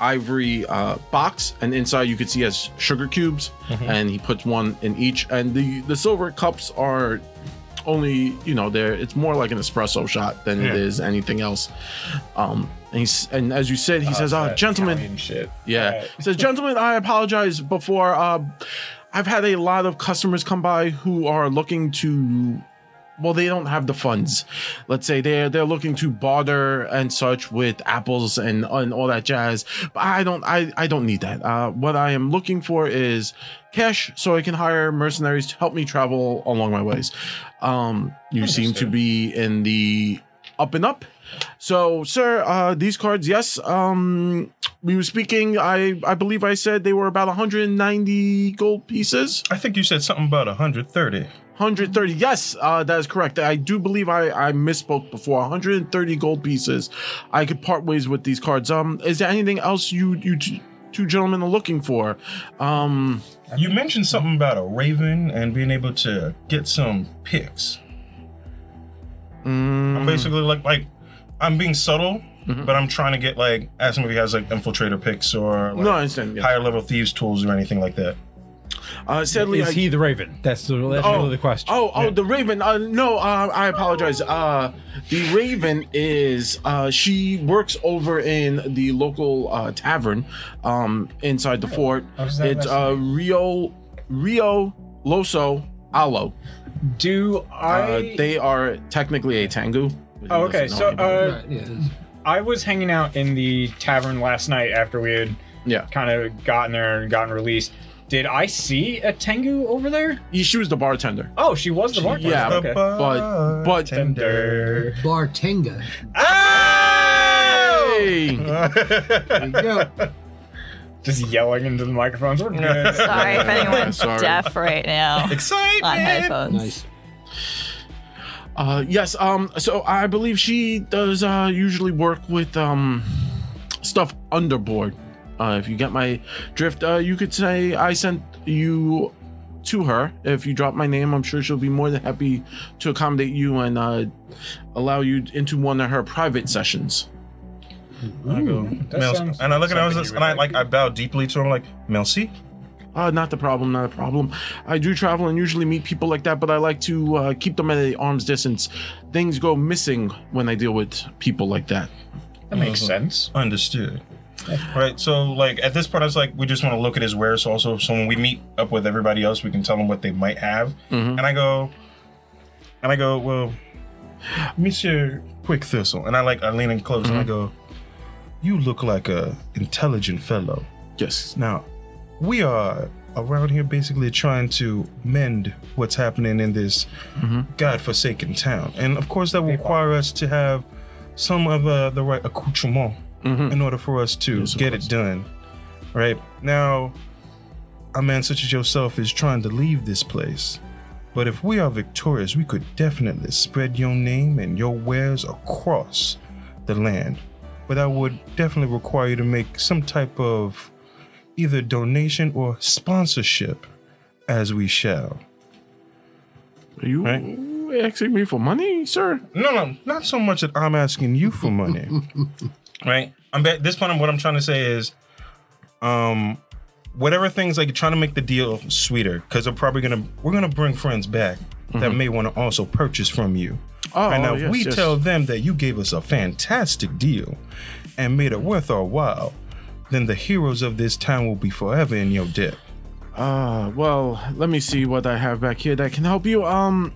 ivory uh, box, and inside you can see has sugar cubes, and he puts one in each. And the the silver cups are only you know they're it's more like an espresso shot than it Yeah. is anything else. Um, and he's and as you said, he says, "Oh, That gentlemen, Italian shit. yeah. Right. He says, gentlemen, I apologize before. Uh, I've had a lot of customers come by who are looking to, well, they don't have the funds. Let's say they're they're looking to barter and such with apples and and all that jazz. But I don't I I don't need that. Uh, what I am looking for is cash so I can hire mercenaries to help me travel along my ways. Um, you seem to be in the up and up. So, sir, uh, these cards, yes. Um, we were speaking. I I believe I said they were about 190 gold pieces. I think you said something about 130. 130. Yes, uh, that is correct. I do believe I I misspoke before. 130 gold pieces. I could part ways with these cards. Um, is there anything else you you t- two gentlemen are looking for? Um, You mentioned something about a raven and being able to get some picks. mm, Mm-hmm. I'm basically like, like I'm being subtle, but I'm trying to get like ask him if he has like infiltrator picks or like, no, I understand. Yeah. higher level thieves tools or anything like that. Uh, sadly, Is I, he the Raven? That's the that's really the question. Oh, oh, the Raven. Uh, no, uh, I apologize. Uh, the Raven is uh, she works over in the local uh, tavern um, inside the fort. does that It's resonate? uh, Rio Rio Loso Alo. Do I? Uh, they are technically a Tengu. oh, okay. So uh, Right, yeah, it is. I was hanging out in the tavern last night after we had yeah, kind of gotten there and gotten released. Did I see a Tengu over there? she was the bartender. Oh, she was the bartender. Yeah, Okay. but- but- tender. Bartenga. Hey! Oh! There you go. just yelling into the microphones. We're good. Sorry if anyone's Sorry. deaf right now on Excitement! headphones. Nice. Uh, yes. Um. So I believe she does uh, usually work with um stuff underboard. Uh, if you get my drift, uh, you could say I sent you to her. If you drop my name, I'm sure she'll be more than happy to accommodate you and uh, allow you into one of her private sessions. I go, "That Mel- sounds and I look at him something and you I would like I bow deeply to him like Melcy. Uh, not the problem, not a problem. I do travel and usually meet people like that, but I like to uh, keep them at an arm's distance. Things go missing when I deal with people like that. That makes sense. Understood. Right. So like at this point, I was like, we just want to look at his wares. So also, so when we meet up with everybody else, we can tell them what they might have. And I go, and I go, well, Monsieur Quick Thistle, and I like I lean in close and I go, you look like a intelligent fellow. Yes. Now, we are around here basically trying to mend what's happening in this godforsaken town. And of course, that will require us to have some of uh, the right accoutrement in order for us to Yes, of get course. it done. Right? Now, a man such as yourself is trying to leave this place. But if we are victorious, we could definitely spread your name and your wares across the land. But that would definitely require you to make some type of either donation or sponsorship, as we shall. Are you asking me for money, sir? No, no, not so much that I'm asking you for money, right? I'm at this point. What I'm trying to say is, um, whatever things like trying to make the deal sweeter, because I'm probably gonna we're gonna bring friends back that may want to also purchase from you. Oh, and now yes, we yes. tell them that you gave us a fantastic deal and made it worth our while. Then the heroes of this town will be forever in your debt. Uh, well, let me see what I have back here that can help you. Um,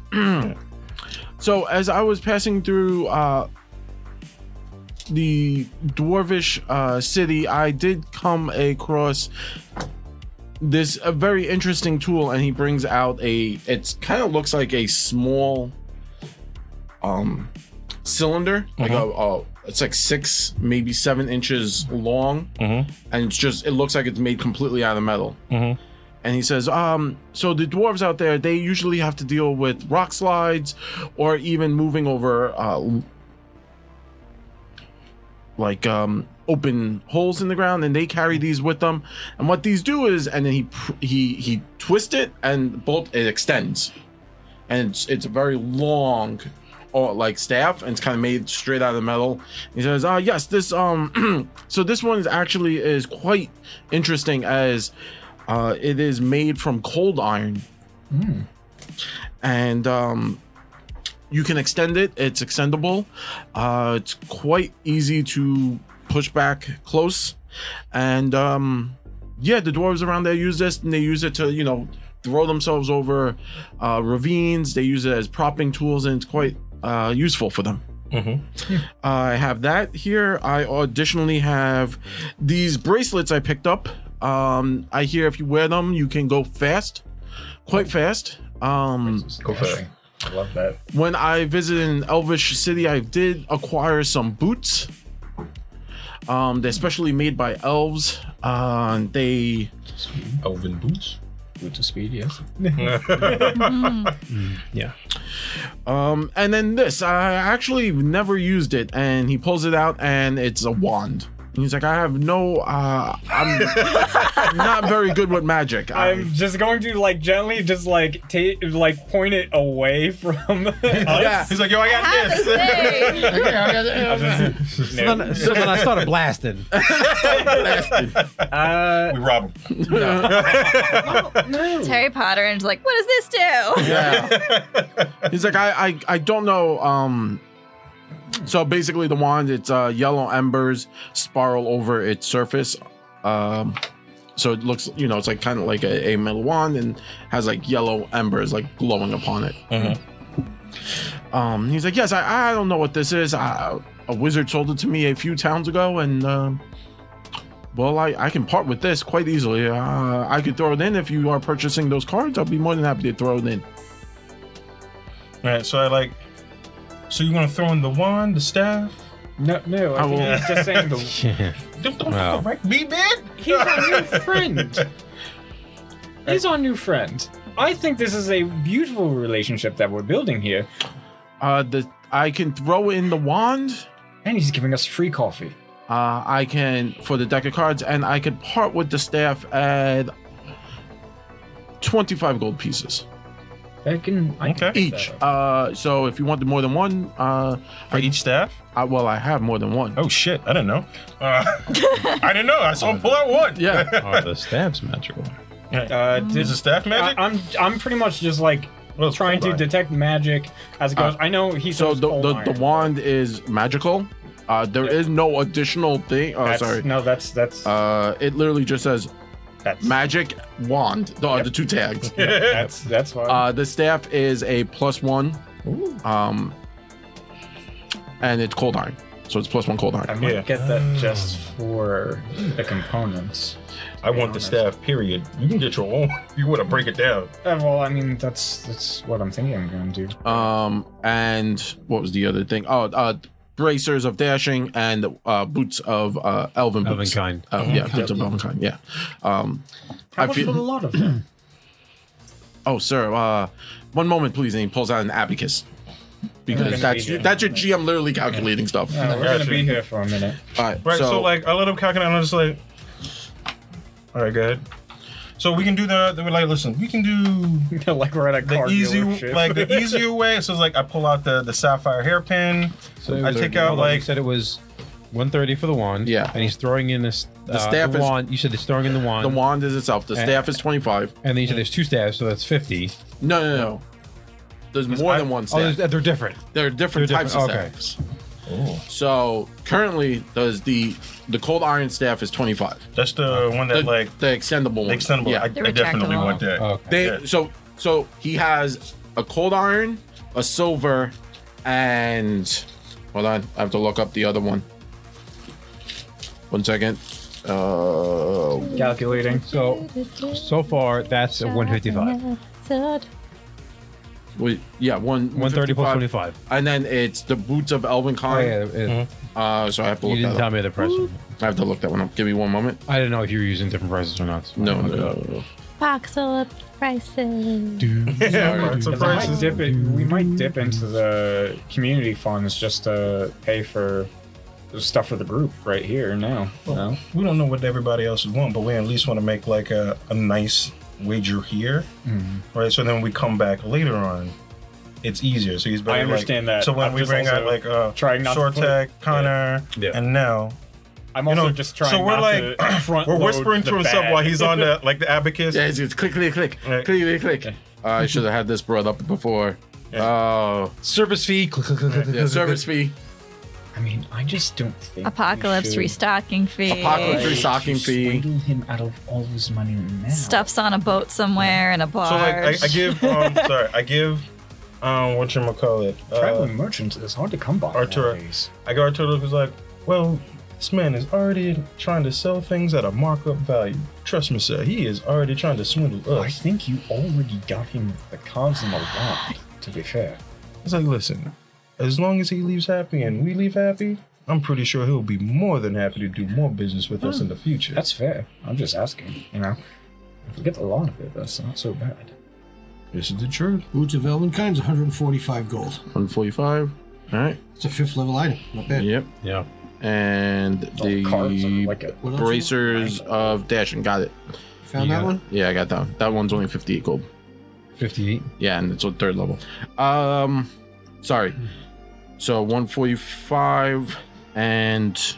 so as I was passing through uh, the dwarvish uh, city, I did come across this a very interesting tool, and he brings out a. It's kind of looks like a small, um, cylinder, like a, a. It's like six, maybe seven inches long, and it's just. It looks like it's made completely out of metal and he says, um, so the dwarves out there, they usually have to deal with rock slides or even moving over uh, like um, open holes in the ground and they carry these with them. And what these do is, and then he pr- he he twists it and bolt it extends. And it's, it's a very long or like staff and it's kind of made straight out of metal. He says, "Ah, yes, this um so this one is actually is quite interesting as uh, it is made from cold iron. And um, you can extend it, it's extendable. Uh, it's quite easy to push back close. And um, yeah, the dwarves around there use this and they use it to, you know, throw themselves over uh, ravines. They use it as propping tools and it's quite uh, useful for them. I have that here. I additionally have these bracelets I picked up. Um, I hear if you wear them, you can go fast, quite fast. Um, Go for it. I love that. when I visited an elvish city, I did acquire some boots. Um, they're specially made by elves. Uh, they Elven boots. Boots of speed, yes. Mm-hmm. um, and then this. I actually never used it, and he pulls it out, and it's a wand. And he's like, I have no. Uh, I'm not very good with magic. I- I'm just going to like gently just like take like point it away from us. Yeah. He's like, yo, I got Have a this. thing. I just- So then, no. so then I started blasting. Uh, We rob him. It's Harry Potter and it's like, what does this do? Yeah. He's like, I, I, I don't know. Um, so basically, the wand it's uh, yellow embers spiral over its surface. Um, so it looks, you know, it's like kind of like a, a metal wand and has like yellow embers like glowing upon it. Mm-hmm. Um, he's like, yes, I, I don't know what this is. I, a wizard sold it to me a few towns ago, and um, well, I, I can part with this quite easily. Uh, I could throw it in if you are purchasing those cards. I'll be more than happy to throw it in. All right, so I like. So you want to throw in the wand, the staff, No, no. I, I think will- he's just saying the. Don't, don't Wow. correct me, man. He's our new friend. He's our new friend. I think this is a beautiful relationship that we're building here, Uh, the I can throw in the wand. and he's giving us free coffee. Uh, I can for the deck of cards, and I could part with the staff at twenty-five gold pieces I can. I can Okay. get each. that. Uh, so if you wanted more than one, uh, For each staff? I, well, I have more than one. Oh shit! I didn't know. Uh, I didn't know. I saw him pull out one. Yeah. Are the stabs magical? Uh, did- Is it staff I, magic? I'm I'm pretty much just like Well, it's trying to cold iron. detect magic as it goes. I know he So says the cold the, iron. the wand is magical. Uh, there is no additional thing. Oh, That's- sorry. No, that's that's Uh, it literally just says that's magic wand. The, the two tags. that's that's why. Uh, the staff is a plus one. Um, and it's cold iron, so it's plus one cold I iron. might yeah. get Uh. that just for the components. I want the staff. Period. You can get your own. You want to break it down? Uh, well, I mean that's that's what I'm thinking I'm going to do. Um, and what was the other thing? Oh, uh, bracers of dashing and uh, boots of uh, elven boots. Elvenkind. Oh yeah, boots of elven kind. Yeah. Um, How I much feel- for a lot of them? oh sir, uh, one moment please. And he pulls out an abacus Okay. because that's that's your GM literally calculating stuff. Uh, we're going to Gotcha. be here for a minute. All right, Right. So, so, like, I let him calculate, and I'm just like, all right, go ahead. So we can do the. They were like, listen, we can do like we're at a the car easy, dealership. like the easier way. So it's like, I pull out the the sapphire hairpin. So I it was take a- out, hold on, you like- said it was 130 for the wand. Yeah. And he's throwing in this the staff the is- wand. You said he's throwing in the wand. the wand is itself. The Eh. staff is twenty five. And then you said there's two staves, so that's 50. No, no, no. There's more than one Oh, staff. there's, they're different. There are different They're types different, okay. of staffs. So currently, does the the cold iron staff is twenty five. That's the one The, that like the extendable one. the extendable. Yeah. I, They're I definitely retractable. want that. Okay. they yeah. so so he has a cold iron, a silver, and hold on, I have to look up the other one. One second. Uh, calculating. So, so far, that's a 155. wait, yeah, one 130 plus 155. 25. and then it's the boots of Elven Oh, Con. yeah. it- Uh, so I have to You look didn't that tell up. me the price. I have to look that one up. Give me one moment. I didn't know if you were using different prices or not. No, no, no, no. Voxel prices. Yeah, We might, dip it, we might dip into the community funds just to pay for the stuff for the group right here now. No? We don't know what everybody else is want, but we at least want to make like a, a nice wager here, right? So then when we come back later on, it's easier. So he's better. I understand like- that. So when I'm we just bring out also like uh, trying not to put- Shortek, Connor, Yeah. and now I'm also know, just trying so we're not like- to front we're load whispering the to himself bag. while he's on the like the abacus. Yeah, it's, it's click, click, click, Right. click, click, click. Uh, I should have had this brought up before. Yeah. Oh, Service fee. click, click, click, click, yeah, click, service click. fee, I mean, I just don't think. we Apocalypse should restocking fee. apocalypse try restocking to fee. swindle him out of all his money now. Stuff's on a boat somewhere in a bar. So like I, I give um sorry I give um what you call it Uh, Traveling merchants is hard to come by. Arturo. nowadays. I go to look was like, well, this man is already trying to sell things at a markup value. Trust me, sir, he is already trying to swindle I us. think you already got him the cards in the lot. To be fair. It's like, listen, as long as he leaves happy and we leave happy, I'm pretty sure he'll be more than happy to do more business with us in the future. That's fair. I'm just asking, you know. If we get the lot of it, that's not so bad. this is the truth. Boots of Elven Kind's 145 gold. One forty-five. All right. It's a fifth level item. Not bad. Yep. Yeah. And the cards are like a- What else you bracers of dashing. Got it. Found Yeah. that one? Yeah, I got that. One. That one's only fifty-eight gold. 58. Yeah, and it's on third level. Um, sorry. So one forty-five, and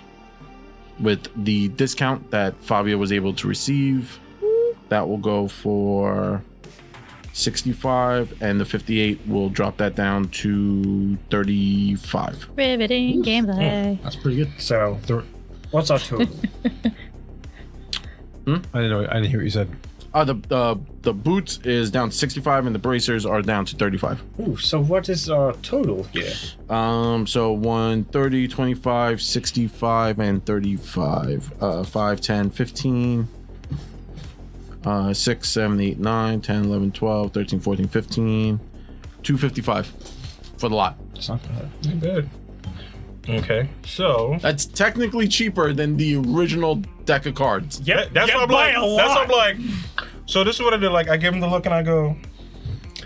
with the discount that Fabio was able to receive, that will go for sixty-five, and the fifty-eight will drop that down to thirty-five. Riveting gameplay. That's pretty good. So, what's our total? I didn't know. I didn't hear what you said. Uh, the the the boots is down sixty-five, and the bracers are down to thirty-five. Ooh, so what is our total here? Um, so 130, 25, 65, and 35. Uh, 5, 10, 15, uh, 6, 7, 8, 9, 10, 11, 12, 13, 14, 15, 255 for the lot. It's not bad. Not bad. Okay, so That's technically cheaper than the original deck of cards. Yep, that's yep, what I'm by like. a lot. That's what I'm like. So this is what I did. Like I gave him the look and I go,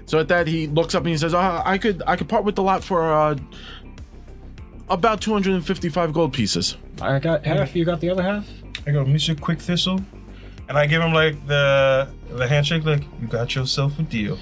So at that, he looks up and he says, uh, "I could, I could part with the lot for uh, about 255 gold pieces." I got half. You got the other half. I go, Mr. Quick Thistle, and I give him like the the handshake, like you got yourself a deal.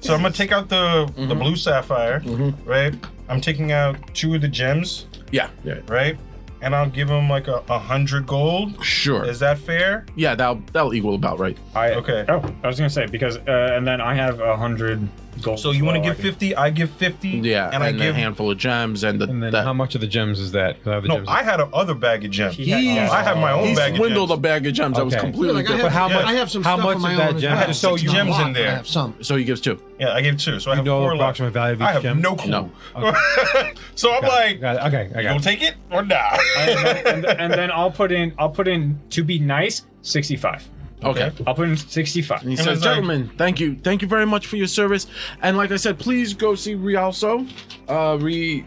So I'm gonna take out the Mm-hmm. the blue sapphire, right? I'm taking out two of the gems, Yeah, yeah, right? And I'll give him like a, a hundred gold. sure. Is that fair? yeah, that'll that'll equal about right. I Okay. Oh, I was gonna say because uh, and then I have a hundred gold. So you want to as well, give fifty? I give fifty. Yeah, and, and, I a give. handful of gems and the. And then that- how much of the gems is that? 'Cause I have the no, gems. I had a other bag of gems. I can- He has- I have my own he Oh, bag of swindled a gems. bag of gems. That was Okay. completely Like, I, different. have, How much- I have some how stuff much of is my that own. as gem? well. Just so It's you- not a gems lot, in but I there. have some. so he gives two. Yeah, I gave two, so I you have know four the left. approximate value of each I have gem? no clue. No. so I'm like, Got it. Okay, I you got gonna it. take it or not? and, and then I'll put in I'll put in to be nice sixty five. Okay. I'll put in sixty five. And he And says, it's like- "Gentlemen, thank you, thank you very much for your service. And like I said, please go see Rialso, uh, Re,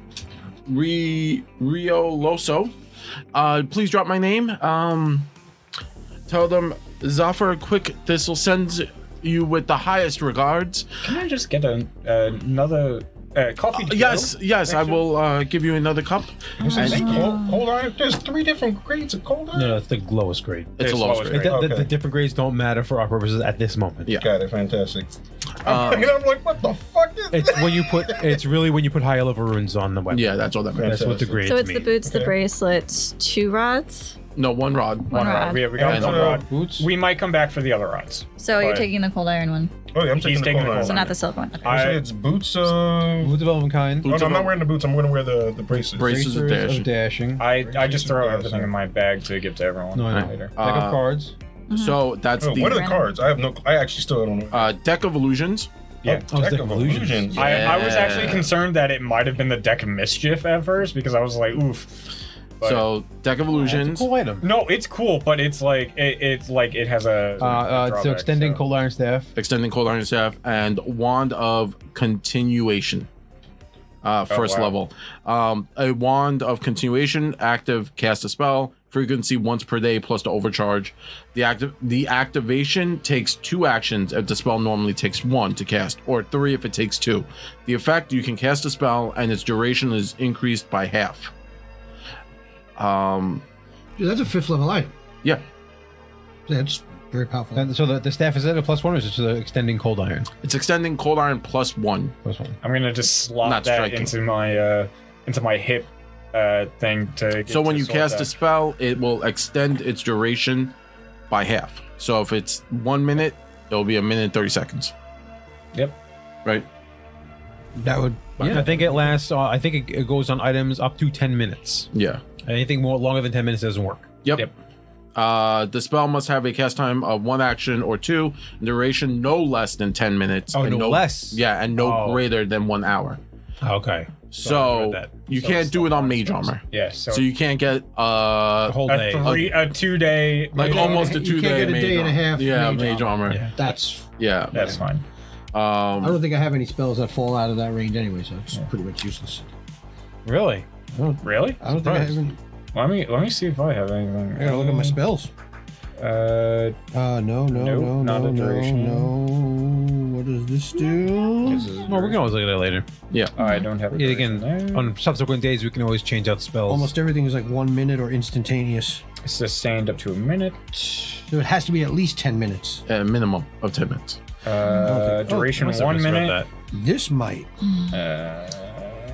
Re, Rio Loso. Uh, please drop my name. Um, tell them Zafar Quick Thistle sends you with the highest regards. Can I just get a, another uh, coffee? to Yes, go? yes, I Thank you. will uh, give you another cup. And Cold, cold iron. There's three different grades of cold iron. No, that's the lowest grade. it's a It's lost always grade. great. The, the- the Okay. different grades don't matter for our purposes at this moment. Yeah. Got it. Fantastic. I'm, looking, I'm like, what the fuck is It's that? when you put. It's really when you put high level runes on the weapon. Yeah, that's all that matters. that's what the Fantastic. grades So it's mean. the boots, the Okay. bracelets, two rods. No, one rod. One rod. We, we got And one so- rod. Boots. We might come back for the other rods. So Right. you're taking the cold iron one, Oh, yeah, I'm He's taking the taking cold the iron. cold so iron. not the silver one. Okay. I said I- it's boots. Uh, oh, Boots of elven kind. no, Boots I'm of not elven- wearing the boots. I'm going to wear the, the braces. Braces. Bracers of dashing. of dashing. I, I just throw Yeah, everything so- in my bag to give to everyone No, I know. later. Deck of Uh, cards. So that's Oh, the what are the Brand. cards? I have no. I actually still don't know. uh, deck of illusions. Yeah. Oh, it's Deck the of illusions. illusions. I, I was Yeah. actually concerned that it might have been the deck of mischief at first because I was like, oof. But- So deck of illusions. It's a cool item. no, it's cool, but it's like it, it's like it has a Uh, uh, so drawback, extending so. cold iron staff. extending cold iron staff and wand of continuation uh Oh, first wow. level um a wand of continuation active cast a spell frequency once per day plus to overcharge the active the activation takes two actions if the spell normally takes one to cast or three if it takes two the effect you can cast a spell and its duration is increased by half um Dude, that's a fifth level item. yeah That's very powerful. And so the, the staff is that a plus one or is it just the extending cold iron? it's extending cold iron plus one Plus one. I'm gonna just slot Not that striking. into my uh into my hip uh thing to. Get So when to you sort cast that. a spell, it will extend its duration by half. So if it's one minute, it'll be a minute and thirty seconds. Yep. Right. That would I think it lasts. Uh, I think it, it goes on items up to ten minutes. Yeah. Anything more longer than ten minutes doesn't work. Yep. Yep. Uh, the spell must have a cast time of one action or two, duration no less than ten minutes. Oh, and no less? Yeah, and no Oh. greater than one hour. Okay. I So, read that. you So can't it's do it on mage spells. armor. yeah, so, So, you can't get The uh whole a day. three a two day like can't- almost a you two can't day get a mage day and a armor. half Yeah, mage mage armor. armor. Yeah. that's. Yeah. That's fine. Um, I don't think I have any spells that fall out of that range anyway, so it's pretty much useless. Really? Really? I don't think I have any. Let me let me see if I have anything. I gotta look at my spells. Uh, Uh, no, no, Nope, no, not no, a no, duration. no. What does this do? this is Well, we can always look at that later. I don't have. a Yeah, version again, there. on subsequent days, we can always change out spells. Almost everything is like one minute or instantaneous. sustained up to a minute. So it has to be at least 10 minutes. a minimum of ten minutes. Uh, Okay. Oh, duration Must one have misread minute. This might.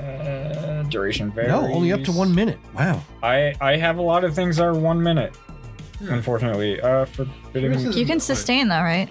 Uh, duration varies. No, only up to one minute. Wow. I I have a lot of things that are one minute. Hmm. Unfortunately, uh, forbidding. You can sustain though, right?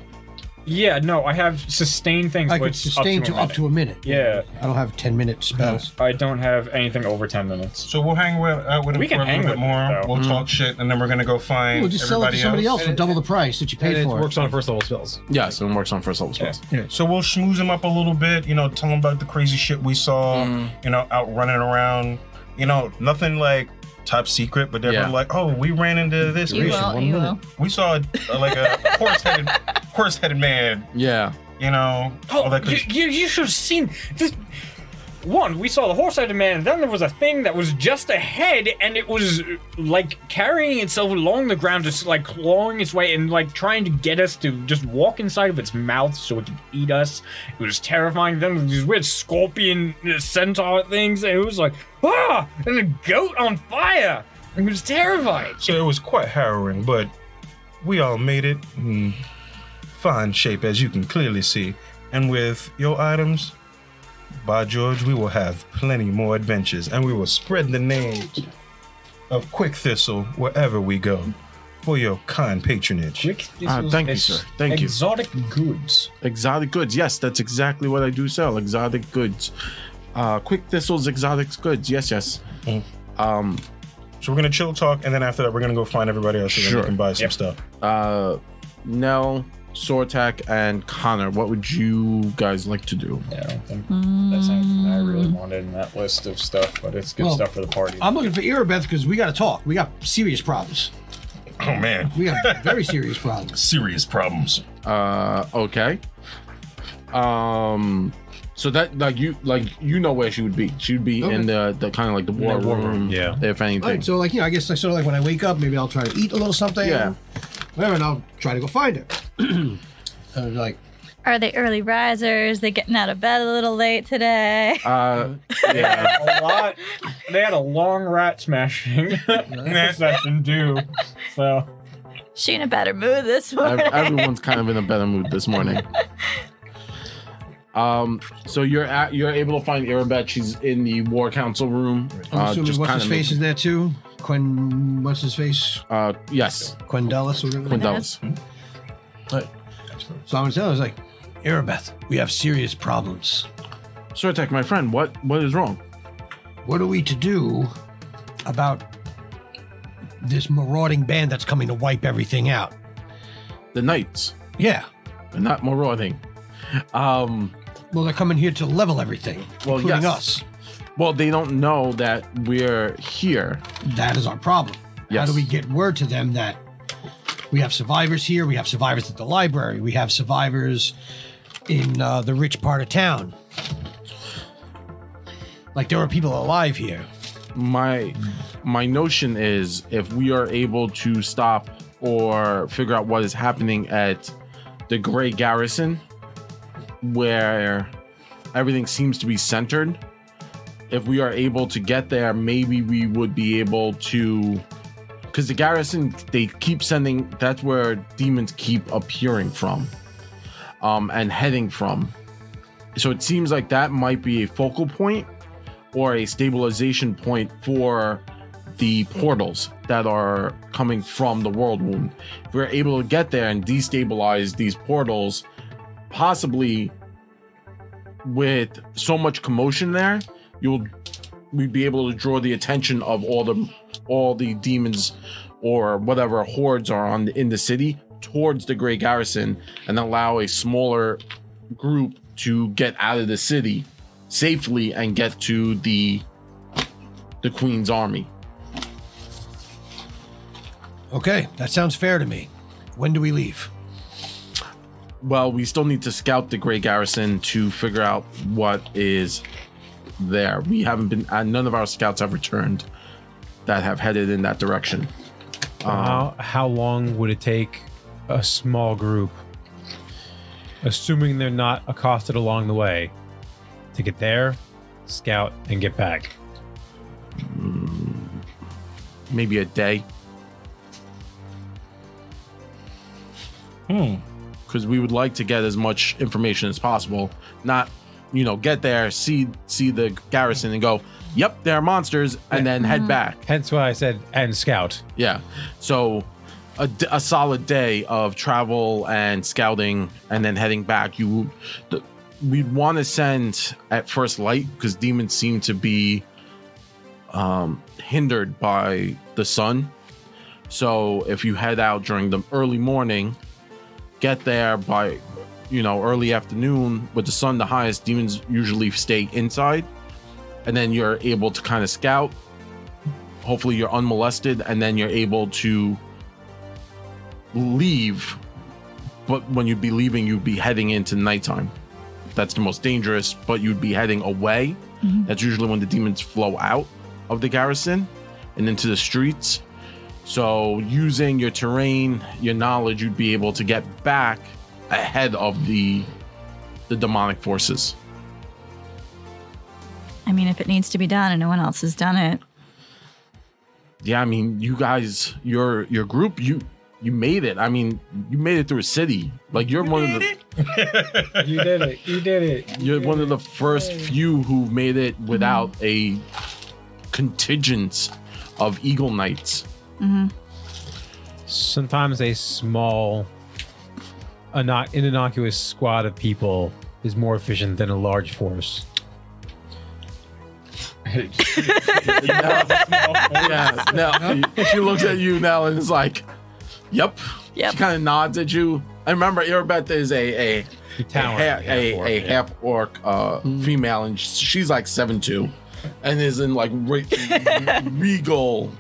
Yeah, no, I have sustained things. I but could it's sustain up to to, a up minute. to a minute. Yeah, I don't have 10 minute spells. I don't have anything over ten minutes. So we'll hang with, uh, with We him can for a hang little bit with more. him, though. We'll talk shit, and then we're gonna go find We'll just sell it to everybody somebody else, for double the price that you And paid it for. works on first level spells. Yeah, so it works on first level spells. So we'll schmooze him up a little bit. You know, tell him about the crazy shit we saw. Mm. You know, out running around. You know, nothing like top secret, but they're Yeah. like, oh, we ran into this. You We- will. You will. We saw uh, like a horse-headed, horse-headed man. Yeah. Oh, Oh, Oh, You know, all that. crazy- you should have seen this. One, we saw the horse I demanded. Then there was a thing that was just ahead, and it was uh, like carrying itself along the ground, just like clawing its way and like trying to get us to just walk inside of its mouth so it could eat us. It was terrifying. Then there was these weird scorpion uh, centaur things, and it was like ah, and a goat on fire. It was terrifying. So it was quite harrowing, but we all made it in fine shape, as you can clearly see. And with your items, by George, we will have plenty more adventures, and we will spread the name of Quick Thistle wherever we go for your kind patronage. Quick, this Ah, was thank you, sir. Thank you. exotic you. Exotic goods. Exotic goods. Yes, that's exactly what I do sell. Exotic goods. Uh, quick thistles, exotic goods. Yes, yes. Um, So we're gonna chill talk, and then after that, we're gonna go find everybody else, and then Sure. we can buy some Yep. stuff. uh, Nell, Sortak, and Connor, what would you guys like to do? Yeah, I don't think that's anything I really wanted in that list of stuff, but it's good Well, stuff for the party. I'm looking for Erebeth because we got to talk. We got serious problems. Oh man, We got very serious problems. serious problems. Uh, okay. Um, so that like you like you know where she would be. She would be in the the kind of like the war, war room, room, yeah. If anything. All right, so like you know, I guess I sort of like when I wake up, maybe I'll try to eat a little something. Yeah. Whatever, and I'll try to go find her. And like, Are they early risers? They getting out of bed a little late today? uh, yeah. a lot. They had a long rat smashing session due, so She in a better mood this Ev- morning. Everyone's kind of in a better mood this morning. Um, so you're at you're able to find Erebet. She's in the war council room. I'm Uh, assuming just what's kind his of face is there too. Quen, what's his face? Uh, yes, Quendelis or whatever. Quindalis. So I'm gonna tell her, I was like, Erebeth, we have serious problems. Surtek, my friend, what what is wrong? What are we to do about this marauding band that's coming to wipe everything out? The knights, Yeah. they're not marauding. Um, Well, they're coming here to level everything, Well, including yes. us. Well, they don't know that we're here. That is our problem. Yes. How do we get word to them that we have survivors here? We have survivors at the library. We have survivors in uh, the rich part of town. Like there are people alive here. My my notion is if we are able to stop or figure out what is happening at the Gray Garrison, where everything seems to be centered, if we are able to get there, maybe we would be able to. Because the garrison, they keep sending. That's where demons keep appearing from, um, and heading from. So it seems like that might be a focal point or a stabilization point for the portals that are coming from the world wound. If we're able to get there and destabilize these portals, possibly with so much commotion there, you'll we'd be able to draw the attention of all the all the demons or whatever hordes are on in the city towards the Grey Garrison and allow a smaller group to get out of the city safely and get to the the queen's army Okay, that sounds fair to me. When do we leave? well we still need to scout the gray garrison to figure out what is there we haven't been uh, none of our scouts have returned that have headed in that direction Uh, How, how long would it take a small group, assuming they're not accosted along the way, to get there, scout, and get back? maybe a day Hmm. because we would like to get as much information as possible not you know get there see see the garrison and go yep they're monsters and then head back Hence why I said, and scout. Yeah. So a, d- a solid day of travel and scouting and then heading back. You the, we'd want to send at first light because demons seem to be um, hindered by the sun. So if you head out during the early morning, get there by you know early afternoon with the sun the highest demons usually stay inside and then you're able to kind of scout hopefully you're unmolested and then you're able to leave but when you'd be leaving you'd be heading into nighttime that's the most dangerous, but you'd be heading away. That's usually when the demons flow out of the garrison and into the streets. So, using your terrain, your knowledge, you'd be able to get back ahead of the the demonic forces. I mean, if it needs to be done and no one else has done it, yeah i mean you guys your your group you you made it i mean you made it through a city like you're one of the You did it. You did it. you're one of the first few who made it without a contingent of eagle knights Sometimes a small, innoc- an innocuous squad of people is more efficient than a large force. yeah now she looks at you now and is like yep Yep. she kind of nods at you i remember Erebeth is a a The a, tower. half, a, therefore, a yeah. half orc uh, Mm-hmm. female, and she's like seven two, and is in like re- regal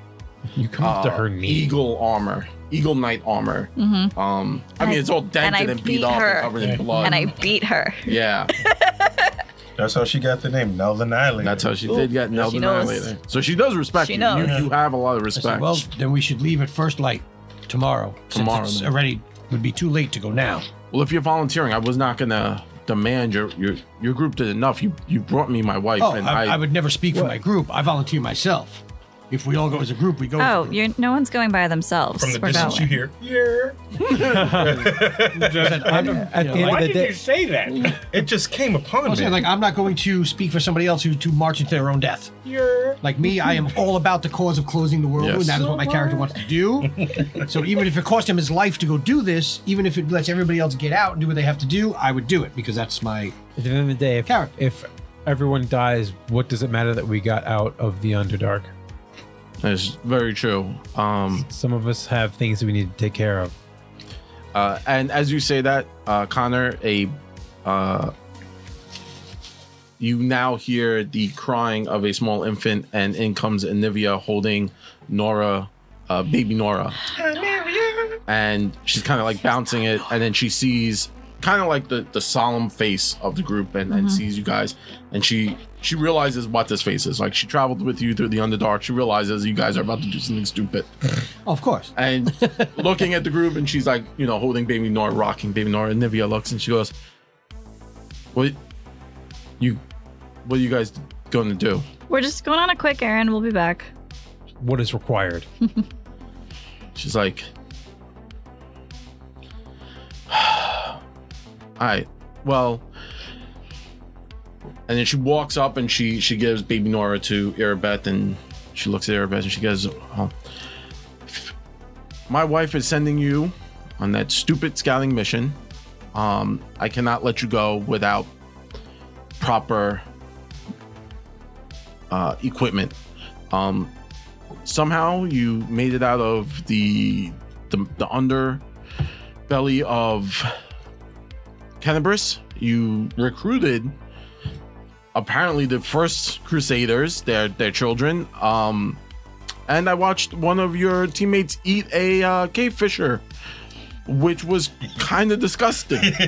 You come up to uh, her knee. eagle armor, eagle knight armor. Um, I Mm-hmm. And mean, I- it's all dented and I and, beat beat up and her. covered in Um, blood. and I beat her. yeah, That's how she got the name, Northern Island. that's how she did get nailed She in knows. later. So she does respect She you. knows. you. You have a lot of I respect. said, well, then we should leave at first light tomorrow. Tomorrow, Since it's then. already would be too late to go now. Well, if you're volunteering, I was not gonna demand your your your group did enough. You you brought me my wife, Oh, and I, I would never speak for my group. I volunteer myself. If we all go as a group, we go. as a Oh, group. you're no one's going by themselves. From the We're distance going. you hear, Said, I'm, At you the know, end Why of the did day, you say that? yeah, it just came upon I'm me. saying, like, I'm not going to speak for somebody else who to march into their own death. Like me, I am all about the cause of closing the world, Yes. and that is what my character wants to do. so even if it cost him his life to go do this, even if it lets everybody else get out and do what they have to do, I would do it because that's my at the end of the day, if, Character. if everyone dies, what does it matter that we got out of the Underdark? that's very true. Um, Some of us have things that we need to take care of. Uh, and as you say that, uh, Connor, a uh, you now hear the crying of a small infant, and in comes Anivia holding Nora, uh, baby Nora, and she's kind of like bouncing it, and then she sees kind of like the the solemn face of the group, and, and sees you guys, and she she realizes what this face is. Like she traveled with you through the Underdark, she realizes you guys are about to do something stupid oh, Of course. and looking at the group, and she's like, you know, holding baby Nora, rocking baby Nora. And Nivea looks and she goes, "What, you, what are you guys going to do?" We're just going on a quick errand. We'll be back. What is required? She's like, "All right, well." And then she walks up and she she gives baby Nora to Erebeth, and she looks at Erebeth and she goes, oh, "My wife is sending you on that stupid scouting mission. Um, I cannot let you go without proper uh, equipment. Um, somehow you made it out of the the, the underbelly of Canterbury's. You recruited apparently the first Crusaders, their their children. Um, and I watched one of your teammates eat a uh, cave fisher, which was kind of disgusting.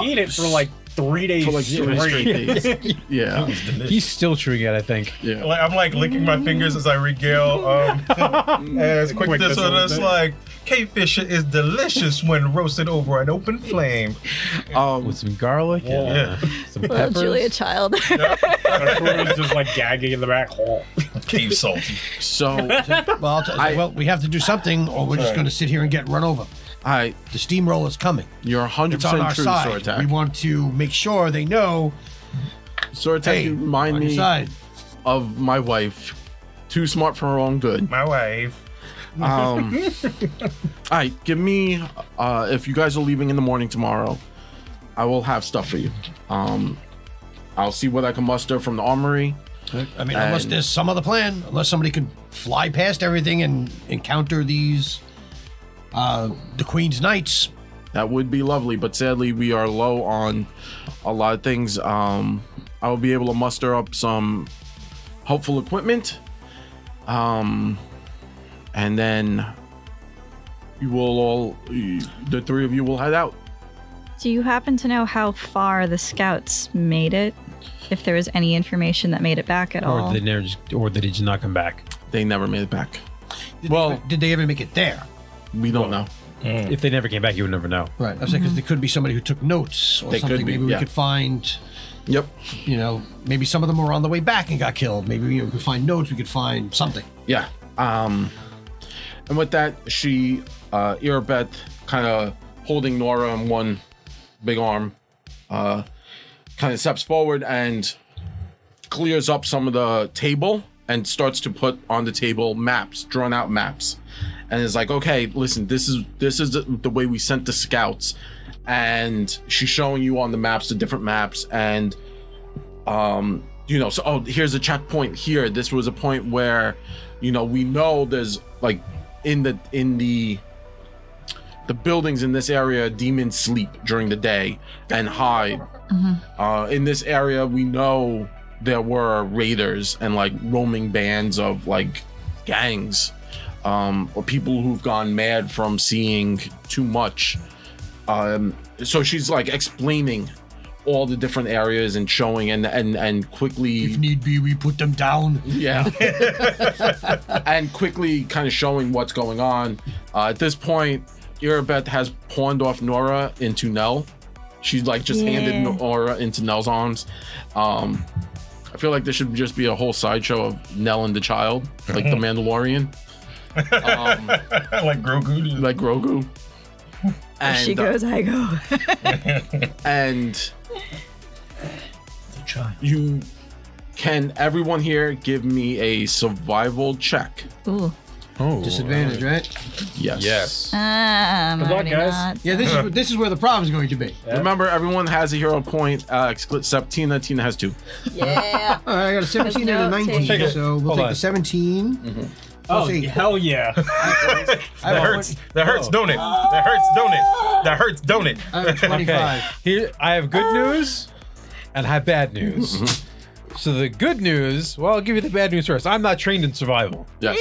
He ate it for like three days For like three straight. straight days. Yeah, He's still chewing it, I think. yeah. Like, I'm like licking my fingers as I regale. Um, as quick, Quick this this one, one, it's that- like cavefish is delicious when roasted over an open flame. Um, With some garlic, Yeah. and, uh, some Well, peppers. Julia Child. Everyone's just like gagging in the back. Cave salty. so Well, I'll t- I- well, we have to do something, or we're just Sorry. going to sit here and get run over. I The steamroller's coming. You're 100 It's on percent our true, side. We Sortak. want to make sure they know. Sortak, Hey, you remind on your me side. of my wife. Too smart for her own good. My wife. Um, all right, give me. Uh, if you guys are leaving in the morning tomorrow, I will have stuff for you. Um, I'll see what I can muster from the armory. I mean, unless And- there's some other plan, unless somebody can fly past everything and encounter these, uh, the Queen's Knights. That would be lovely, but sadly we are low on a lot of things. Um, I will be able to muster up some helpful equipment, um, and then you will all the three of you will head out. Do you happen to know how far the scouts made it? If there was any information that made it back at all? Or did they never just, or did he just not come back? They never made it back. Did Well- they, ever- did they ever make it there? We don't know. If they never came back, you would never know. Right. Mm-hmm. I'm saying because there could be somebody who took notes or They could something. be, maybe we yeah. could find, Yep. you know, maybe some of them were on the way back and got killed. Maybe you know, we could find notes. We could find something. Yeah. Um, and with that, she, uh, Irabeth, kind of holding Nora in one big arm, uh, kind of steps forward and clears up some of the table and starts to put on the table maps, drawn out maps, and is like, okay, listen, this is this is the, the way we sent the scouts, and she's showing you on the maps the different maps and. Um, you know, so oh, here's a checkpoint here. This was a point where you know we know there's like in the in the the buildings in this area demons sleep during the day and hide uh in this area we know there were raiders and like roaming bands of like gangs um or people who've gone mad from seeing too much um so she's like explaining all the different areas and showing and and and quickly If need be, we put them down. yeah. and quickly kind of showing what's going on. Uh, at this point, Irabeth has pawned off Nora into Nell. She's like just Yeah. handed Nora into Nell's arms. Um, I feel like there should just be a whole sideshow of Nell and the child, like the Mandalorian, um, like Grogu. like Grogu. And, uh, she goes, I go. and you can everyone here give me a survival check? Ooh. Oh, Disadvantage, right? Yes. yes. Um, luck, already guys. not- Yeah. This is this is where the problem's going to be. Remember, everyone has a hero point uh, except Tina. Tina has two. Yeah. All right, I got a 17 and a There's no 19, take. so we'll Hold take on. the 17. Mm-hmm. Oh, Plus eight. hell yeah. I That have a hurts. That hurts, don't it? That hurts, don't it? That hurts, don't it? I have a 25. Okay. Here, I have good news and I have bad news. so the good news, well, I'll give you the bad news first. I'm not trained in survival. Yes.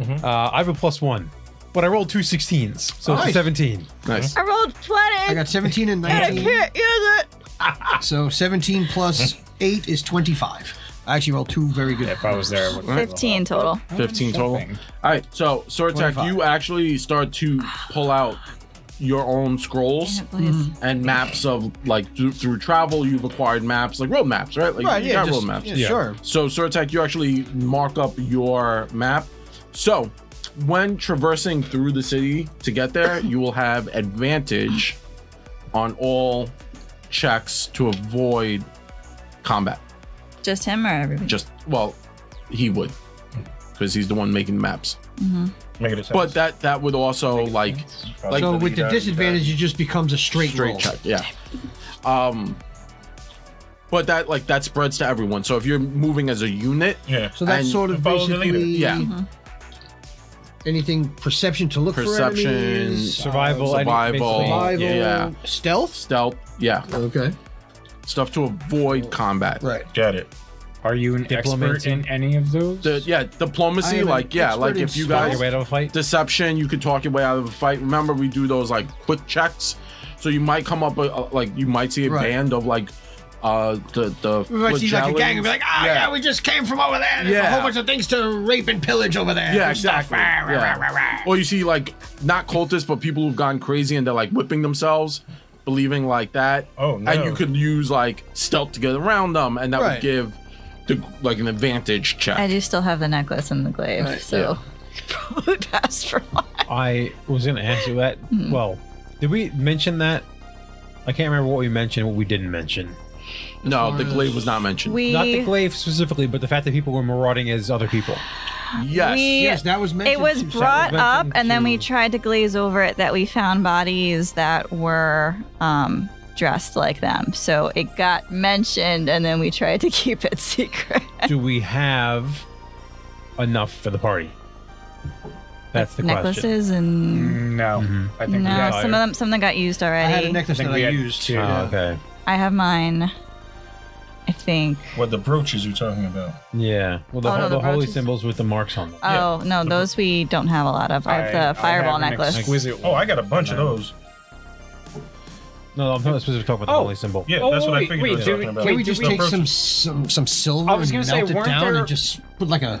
Uh, I have a plus one, but I rolled two 16s, so it's a Nice. 17. Nice. I rolled 20. I got 17 and and I 19. can't use it. So 17 plus 8 is 25. I actually rolled two very good. if I was there, I would 15 total. Mm. 15 total. Something. All right. So, Sortek, 25. you actually start to pull out your own scrolls and maps of like through, through travel, you've acquired maps, like road maps, right? Like, you got road maps. yeah, Yeah. sure. So, Sortek, you actually mark up your map. So, when traversing through the city to get there, you will have advantage on all checks to avoid combat. Just him or everybody? Just, well, he would because he's the one making maps. Mm-hmm. Make it a But that that would also like like So with the disadvantage, it just becomes a straight, straight roll. check, yeah. Um, but that like that spreads to everyone. So if you're moving as a unit, Yeah. So that's And sort of follow the basically leader. yeah, anything perception to look for Perception, enemies, Survival, I think, survival. basically- survival, yeah. stealth. stealth, yeah, Okay, stuff to avoid combat. right. Got it. Are you an expert Diplomacy. in any of those? The, yeah, I diplomacy, am an like yeah, expert like in if you stealth. Your guys way out of a fight? deception, you could talk your way out of a fight. Remember, we do those like quick checks, so you might come up with, uh, like you might see a Right. band of like uh the the We might see like a gang and be like, ah, yeah. Yeah. we just came from over there. There's a Yeah. whole bunch of things to rape and pillage over there. Yeah, and stuff." exactly. Rah, rah, Yeah. rah, rah, rah. Or you see like not cultists, but people who've gone crazy and they're like whipping themselves, believing like that. Oh, no. And you could use like stealth to get around them, and that would Right. give the, like an advantage check. I do still have the necklace and the glaive, so probably passed for one. I was going to ask you that. Well, did we mention that? I can't remember what we mentioned, what we didn't mention. no, the glaive was not mentioned. We, Not the glaive specifically, but the fact that people were marauding as other people. yes. we- Yes, that was mentioned. it was too, so- brought mentioned up, and then we to- tried to glaze over it that we found bodies that were um, dressed like them. So it got mentioned, and then we tried to keep it secret. Do we have enough for the party? That's the question. Necklaces Mm, and No. I think we no, got some it. of them some of them got used I already. had a necklace think that we I had used. two. Yeah. Oh, okay. I have mine. I think. What the brooches you're talking about? Yeah. Well, the, Oh, no, the, the holy brooches. symbols with the marks on them. Oh no, those we don't have a lot of. I have the I fireball have an necklace. Exquisite Oh, one. I got a bunch of those. No, no, I'm not supposed to talk about the Oh. holy symbol. Yeah, Oh, that's what I wait, figured wait, it was do talking we- about. wait, Can we just No take purpose. some some some silver I was and gonna melt say, it weren't down there- and just put like a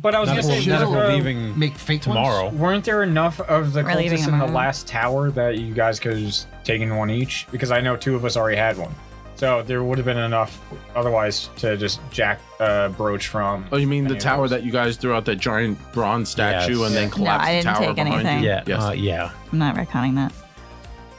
But I was Not gonna that say, we're- not that there, we're uh, leaving make fake ones? tomorrow. weren't there enough of the We're cultists leaving in the tomorrow. last tower that you guys could have just taken one each? Because I know two of us already had one, so there would have been enough otherwise to just jack uh, brooch from. Oh, you mean the Anyways. tower that you guys threw out that giant bronze statue Yes. and then No, collapsed I the didn't tower take behind anything. you? Yeah. Yes. Uh, yeah. I'm not retconning that.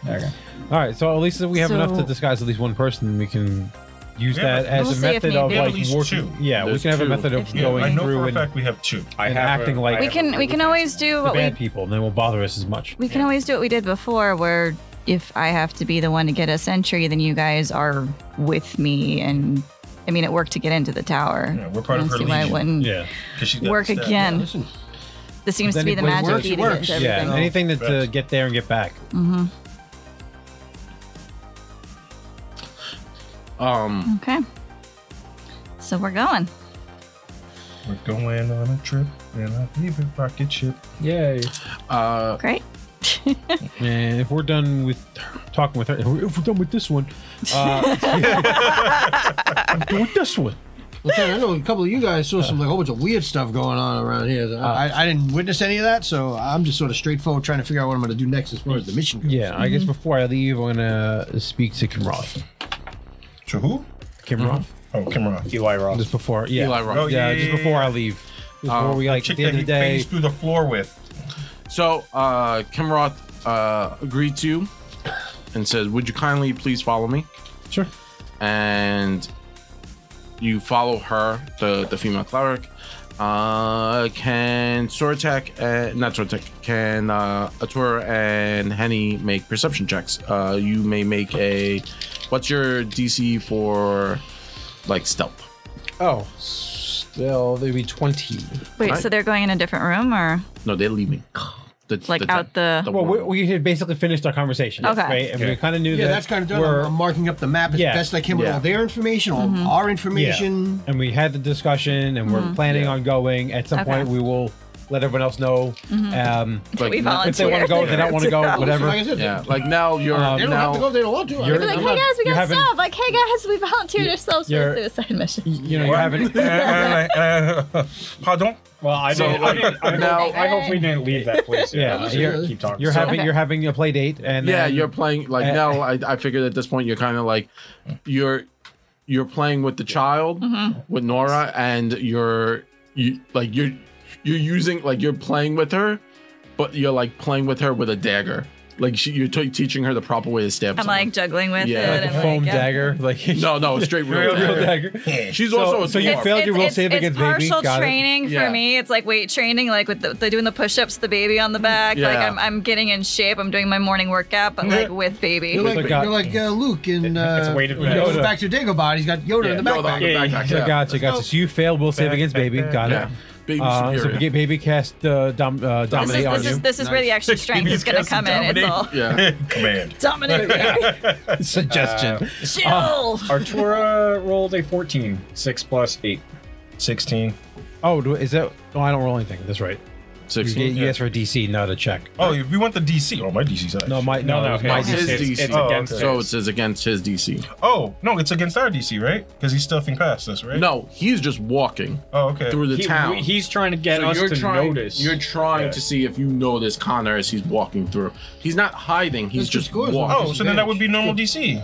Okay. All right, so at least we have enough to So- disguise at least one person. We can use Yeah. that as We'll a see if method need of be. Yeah, at like least working. two. Yeah, we There's can have a two. method of If need Yeah, going I know through for a and fact we have two. I And have acting a- like- I We have a can we blue can face. always do the what we bad people, and then won't bother us as much. we can always do what we did before, where if I have to be the one to get us entry, then you guys are with me. And I mean, it worked to get into the tower. Yeah, we're I part of don't her see why it legion. wouldn't Yeah, 'cause she got work stabbed. again. listen. This seems to be the Anybody magic works, key to works. this, Yeah, everything. Mm-hmm. yeah. Anything that to That's- get there and get back. Um, Okay. So we're going. We're going on a trip in a favorite rocket ship. Yay! uh, Great. And Eh, if we're done with talking with her, if we're, if we're done with this one, uh, I'm done with this one. Well, Ted, I know a couple of you guys saw some like a whole bunch of weird stuff going on around here. I, I, I didn't witness any of that, so I'm just sort of straightforward trying to figure out what I'm going to do next as far as the mission goes. Yeah, I Mm-hmm. guess before I leave, I'm gonna speak to Kimroth. To who? Kimroth, Oh, Kimura. Eli Roth. just before, yeah, Eli Roth. Oh, yeah, yeah, just yeah, before yeah. I leave, Uh, before we like at Chick the that end he of the day. faced through the floor with. So uh, Kimroth uh, agreed to and says, "Would you kindly please follow me?" Sure. And you follow her, the the female cleric. Uh, can Sortek and not Sortek can uh, Atura and Henny make perception checks? Uh, you may make a what's your DC for like stealth? Oh, still they'd be twenty. Wait, Right. so they're going in a different room or No, they're leaving. The, like out the. Well, we, world. we had basically finished our conversation, Okay. right? And we Okay. kind of knew Yeah, that that's kind of done. we're- I'm marking up the map as Yeah. best I can with Yeah. all their information, all our yeah. information. And we had the discussion, and we're planning on going. At some Mm-hmm. Okay. Mm-hmm. point, we will let everyone else know. Um, like, we now- if they want to go, if they don't want to go, So whatever. like I said, Yeah, like now you're Um, they don't now. have to go if they don't want to. I You're- mean, Like, I'm hey not- guys, we you got haven't- stuff. Like, hey guys, we volunteered ourselves for you're- a suicide mission. You know, you haven't. Pardon? Well, I So, didn't. I, didn't, I, now- I hope we didn't leave that place. Yeah, Let's you're- keep talking. You're So- having Okay. you're having a play date, and yeah then- you're playing like Uh, now I, I figured at this point you're kind of like you're you're playing with the child Mm-hmm. with nora and you're you like you're you're using like you're playing with her but you're like playing with her with a dagger like she, you're t- teaching her the proper way to stab I'm someone. like juggling with Yeah. it. Like like and a foam like, yeah. dagger, like no no straight real real dagger. dagger. she's So- also a so you dwarf. feel- failed your will save it's, it's against baby. partial Got it. training Yeah. for me. It's like weight training, like with the, the doing the push-ups, the baby on the back. Like Yeah. I'm, I'm getting in shape. I'm doing my morning workout, but like with baby. You're It's like, like a- you're like uh, Luke in uh, It's weighted when he goes Yoda. back to Dagobah. He's got Yoda in the no, the, backpack. the Yeah, backpack, So yeah. gotcha, gotcha. So you failed will save Back, against back, baby. back. Got Yeah. it. baby Uh, so superior. ba- baby cast uh, dom, this uh, is dominate on this you. is this is where the extra strength is gonna come in. It's all yeah Command. dominant. baby. suggestion. Chill. Oh. Artura rolled a 14. 6 plus 8. 16. oh, do, is that? Oh, I don't roll anything. That's right. You, 16 get- you asked for a DC, not a check. Oh, if you want the DC. Oh, my DC's high. No, my no, no, it's my it's DC. his It's, DC. it's Oh, against okay. so it his. says against his dc Oh, no, it's against our DC, right? Because he's stuffing past us, right? no he's just walking Oh, okay. through the He- town he's trying to get So us you're to trying, notice. You're trying Yeah. to see if you notice Connor as he's walking through. He's not hiding. He's That's just good. walking. Oh, so then that would be normal DC.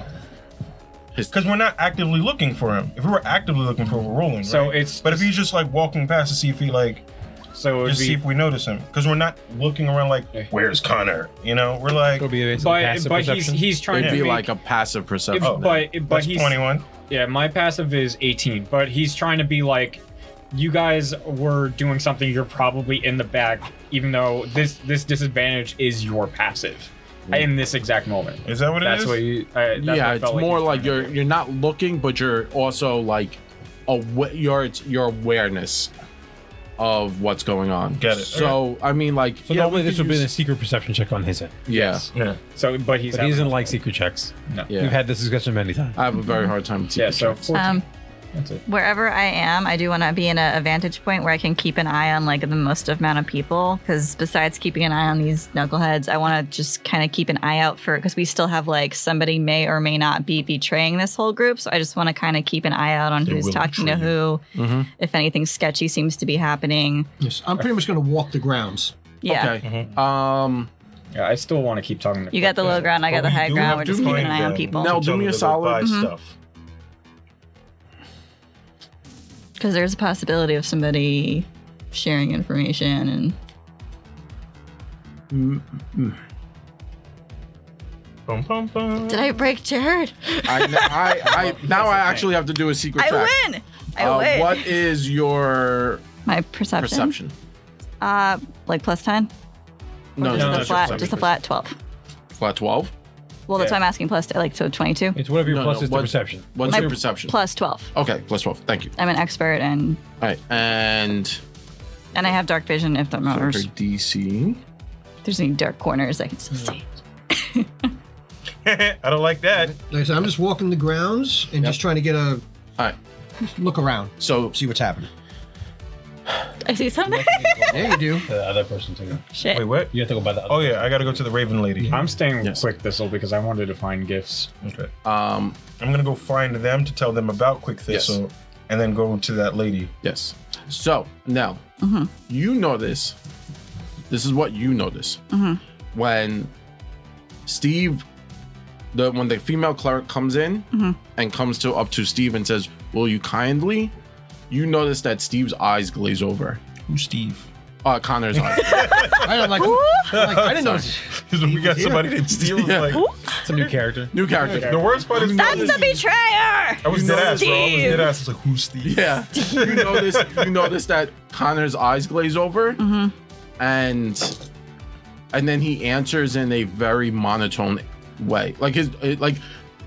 His- Because we're not actively looking for him. If we were actively looking for him, we're rolling. So right? it's- But if he's just like walking past to see if he like so it would just see be, if we notice him, because we're not looking around like Yeah. where's Connor? You know, we're like It'll be basically but, passive but he's perception. he's trying It'd to be make- like a passive perception. Oh. but but that's he's 21. yeah. My passive is 18, but he's trying to be like, you guys were doing something. You're probably in the back, even though this this disadvantage is your passive Mm. in this exact moment. Is that what it that's is? what you. Uh, that's what yeah, I it's felt more he's like trying to you're you're not looking, but you're also like awa- your it's your awareness of what's going on. Get it. So I mean, like so yeah, normally we this could would be a use- secret perception check on his end, yeah, yeah. do. So, but he's but he having- doesn't like secret checks. no. yeah. We've had this discussion many times. I have a very hard time. with Yeah. secret So checks. fourteen. Um, That's it. wherever I am, I do want to be in a, a vantage point where I can keep an eye on like the most amount of people. Because besides keeping an eye on these knuckleheads, I want to just kind of keep an eye out for because we still have like somebody may or may not be betraying this whole group. So I just want to kind of keep an eye out on They who's will talking to betray who, Mm-hmm. if anything sketchy seems to be happening. Yes, I'm pretty much going to walk the grounds. Yeah, Okay. Um, Yeah, I still want to keep talking to you got the low ground, I got the But we high do ground. have We're to just keeping an find eye on them people to Now, do tell me them a to go buy solid. stuff. because there's a possibility of somebody sharing information and Bum, bum, bum. did i break jared I, I, I now I actually have to do a secret i check. win i Uh, win What is your my perception perception? Uh, like plus 10? No, just no, the that's flat, Oh, perception. just the flat 12. Flat twelve. Well, that's Yeah. why I'm asking plus, like, so 22 It's whatever your No, plus no, is what- to perception. What's My your perception? plus 12. Okay, plus twelve. Thank you. I'm an expert and All right, and and I have dark vision if that matters. Sorry, DC. There's any dark corners I can still see. I don't like that. Like I said, I'm just walking the grounds and just trying to get a All right, just look around, so see what's happening. I see something. Yeah, you do. The other person to go. Shit. Wait, what? You have to go by the. Oh yeah, I gotta go to the Raven Lady. I'm staying Yes. quick thistle because I wanted to find gifts. Okay. um, I'm gonna go find them to tell them about Quick Thistle, and then go to that lady. yes. So now you notice. This is what you notice when Steve, the when the female clerk comes in and comes to up to Steve and says, "Will you kindly?" You notice that Steve's eyes glaze over. Who's Steve? Uh, Connor's eyes. I don't like. I'm like, I didn't know. we got somebody named Steve. Yeah. Like, It's a new character. New character. the worst part is That's the betrayer! I was dead ass, bro. I was Steve. dead ass. It's like who's Steve? Yeah. You notice you notice that Connor's eyes glaze over and and then he answers in a very monotone way. Like his it, like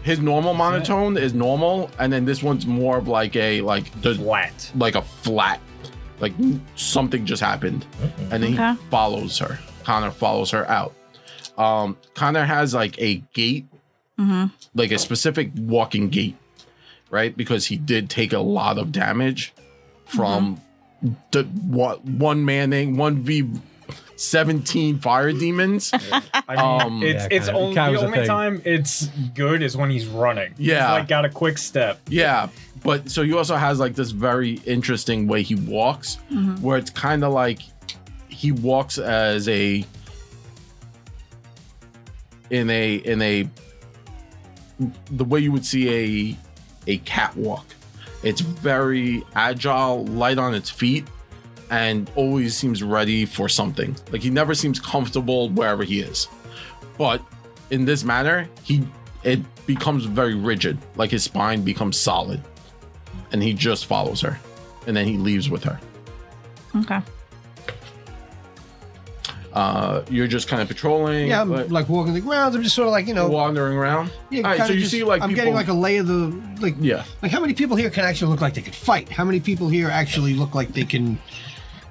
his normal monotone is normal and then this one's more of like a like the, Flat. like a flat like something just happened and then Okay. he follows her. Connor follows her out. Um Connor has like a gait Mm-hmm. like a specific walking gait, right? Because he did take a lot of damage from the what one manning one v seventeen fire demons. I mean, Um, it's Mm, yeah, it's kinda. only Kinda the was a only thing. time it's good is when he's running. He's, Yeah. like got a quick step. yeah, but so he also has like this very interesting way he walks, where it's kind of like he walks as a in a in a the way you would see a a catwalk. It's very agile, light on its feet, and always seems ready for something. Like he never seems comfortable wherever he is. But in this manner, he it becomes very rigid. Like his spine becomes solid. And he just follows her. And then he leaves with her. Okay. Uh, you're just kind of patrolling, Yeah, I'm like, like walking the grounds. I'm just sort of like you know. wandering around. Yeah, All right, kinda so you just- see like I'm people, getting like a lay of the like. yeah, Like how many people here can actually look like they could fight? How many people here actually look like they can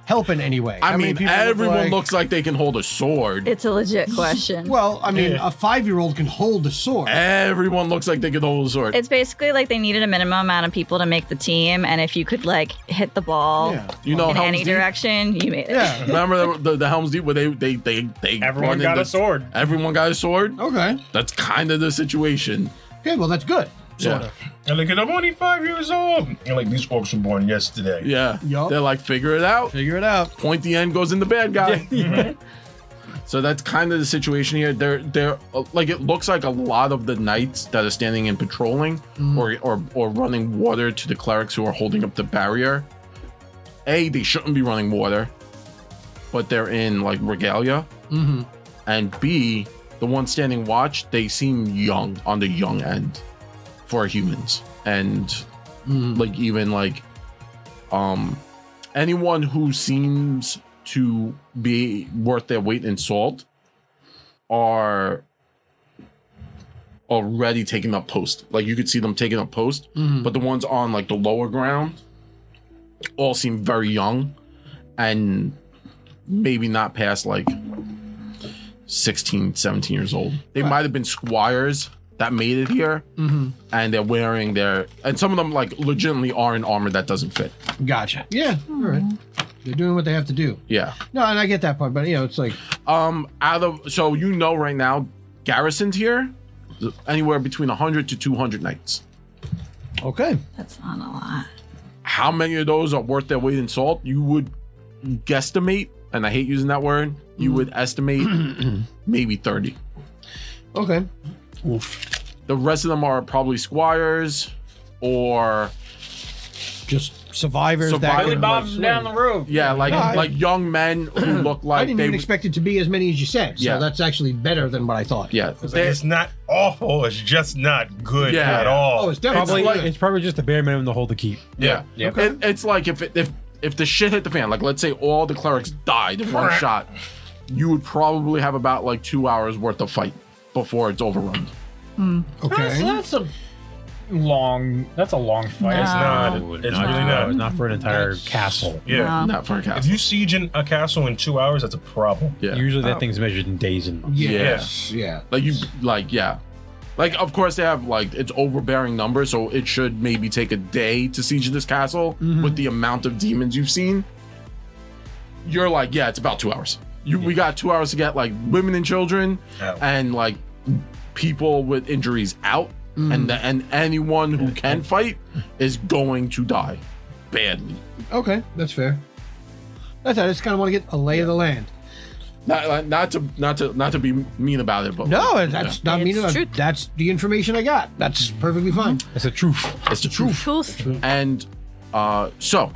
help in any way? I How many mean, people look everyone like- looks like they can hold a sword. It's a legit question. Well, I mean, a five-year-old can hold a sword. Eh. everyone looks like they can hold a sword. it's basically like they needed a minimum amount of people to make the team, and if you could like hit the ball Yeah. you know, in Helm's any Deep? direction, you made it. Yeah. Remember the, the, the Helm's Deep where they they they they Everyone run in got the- a sword. Everyone got a sword. Okay. That's kind of the situation. Okay. Well, that's good. Sort Yeah. of. And like, I'm only five years old. And like, these folks were born yesterday. Yeah, Yup. they're like figure it out. Figure it out. Point the end goes in the bad guy. So that's kind of the situation here. They're they're uh, like it looks like a lot of the knights that are standing and patrolling or, or or running water to the clerics who are holding up the barrier. A, they shouldn't be running water, but they're in like regalia. Mhm. And B, the ones standing watch, they seem young on the young end for humans. And like even like um anyone who seems to be worth their weight in salt are already taking up post. Like you could see them taking up post, but the ones on like the lower ground all seem very young and maybe not past like 16, 17 years old. They might have been squires that made it here, and they're wearing their and some of them like legitimately are in armor that doesn't fit. Gotcha. Yeah. All right. Mm-hmm. They're doing what they have to do. Yeah. No, and I get that part, but you know, it's like Um, out of so you know right now, garrisoned here, anywhere between 100 to 200 knights. okay. That's not a lot. How many of those are worth their weight in salt? You would guesstimate, and I hate using that word. You would estimate maybe 30. Okay. The rest of them are probably squires or Just survivors Survivor- that Billy can, Bob like, down the road. yeah, like No, I- like young men who look I like didn't they even expect it to be as many as you said. So Yeah. that's actually better than what I thought. yeah, It's, like, they- it's not awful. It's just not good Yeah. at all. Oh, it's definitely Probably, like- it's probably just the bare minimum to hold the keep. yeah. Yeah. It, it's like if it, if if the shit hit the fan, like let's say all the clerics died in one shot, you would probably have about like two hours worth of fight before it's overrun. That's, okay. that's a long. That's a long fight. It's not. No. It's really not. Not for an entire That's- castle. Yeah. Not for a If castle. you siege in a castle in two hours, that's a problem. Yeah. Usually Oh. that thing's measured in days and months. Yes. Yeah. like you like yeah. Like of course they have like it's overbearing numbers, so it should maybe take a day to siege this castle with the amount of demons you've seen. You're like, yeah, it's about two hours. You we got two hours to get like women and children Ow. and like people with injuries out, and the, and anyone who can fight is going to die badly. Okay. That's fair. That's I just kind of want to get a lay of the land. Not like, not to not to not to be mean about it, but No, that's not me. It's truth. That's the information I got. That's perfectly fine. It's a truth. it's the truth. Truth. And uh, so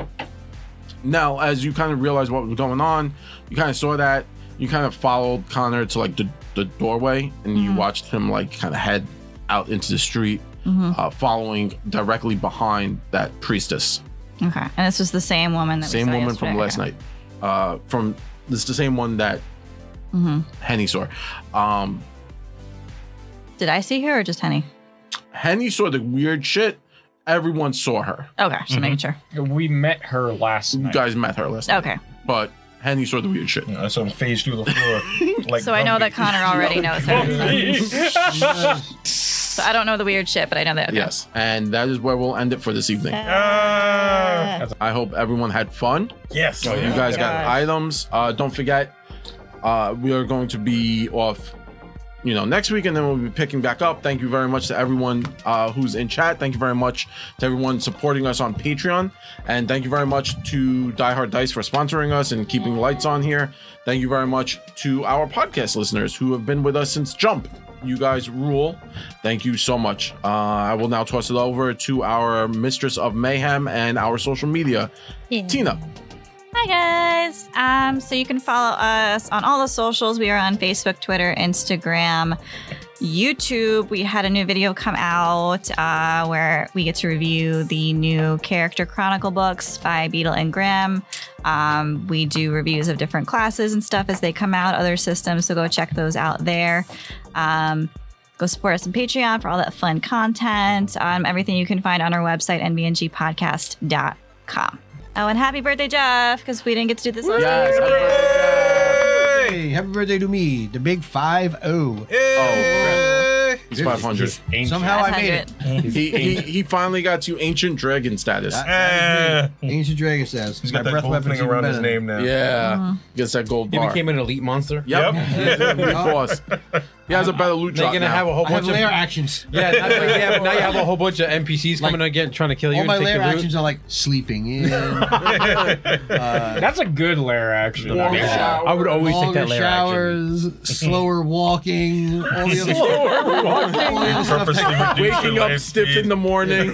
now, as you kind of realized what was going on, you kind of saw that. You kind of followed Connor to like the, the doorway and you watched him like kind of head out into the street, uh, following directly behind that priestess. Okay. And this was the same woman that same we saw woman from yesterday. last Okay. night. Uh, from this is the same one that Mm-hmm. Henny saw. Um, Did I see her or just Henny? Henny saw the weird shit. Everyone saw her. Okay, just making sure. Mm-hmm. We met her last You night. guys met her last night. Okay. But Henny saw the weird shit. I saw him phase through the floor. like so I know that Gumby. Connor already knows her. So. so I don't know the weird shit, but I know that. Okay. Yes. And that is where we'll end it for this evening. Ah, I hope everyone had fun. yes. Oh, You guys got items. Uh, don't forget, uh, we are going to be off, you know, next week, and then we'll be picking back up. Thank you very much to everyone uh, who's in chat. Thank you very much to everyone supporting us on Patreon, and thank you very much to Die Hard Dice for sponsoring us and keeping lights on here. Thank you very much to our podcast listeners who have been with us since Jump. You guys rule. Thank you so much. Uh, I will now toss it over to our Mistress of Mayhem and our social media, Yeah. Tina. Hi guys. Um, so you can follow us on all the socials. We are on Facebook, Twitter, Instagram, YouTube. We had a new video come out uh, where we get to review the new character chronicle books by Beetle and Grimm. Um, we do reviews of different classes and stuff as they come out, other systems. So go check those out there. Um, go support us on Patreon for all that fun content. Um, everything you can find on our website, nbngpodcast.com. Oh, and happy birthday, Jeff, because we didn't get to do this last Yes, happy year. birthday. Hey, happy birthday to me, the big five zero. Hey. Oh, He's 500. Somehow I made it. He, he, he finally got to ancient dragon status. Yeah. Ah. Ancient Dragon says. He's got that gold thing around his name now. Yeah. Gets that gold He bar. became an elite monster. yep. Yep. Big boss. He has a better loot They're drop gonna now. have a whole I have bunch of layer actions. yeah. Now, yeah, but now you have a whole bunch of NPCs Like, coming again, trying to kill you. All and my take layer your loot. actions are like sleeping in. uh, That's a good lair, actually. Warm Yeah. shower. I would always take longer that layer action. showers, slower walking, all the other all the other stuff. Purposely reduced your Waking up life stiff speed. in the morning.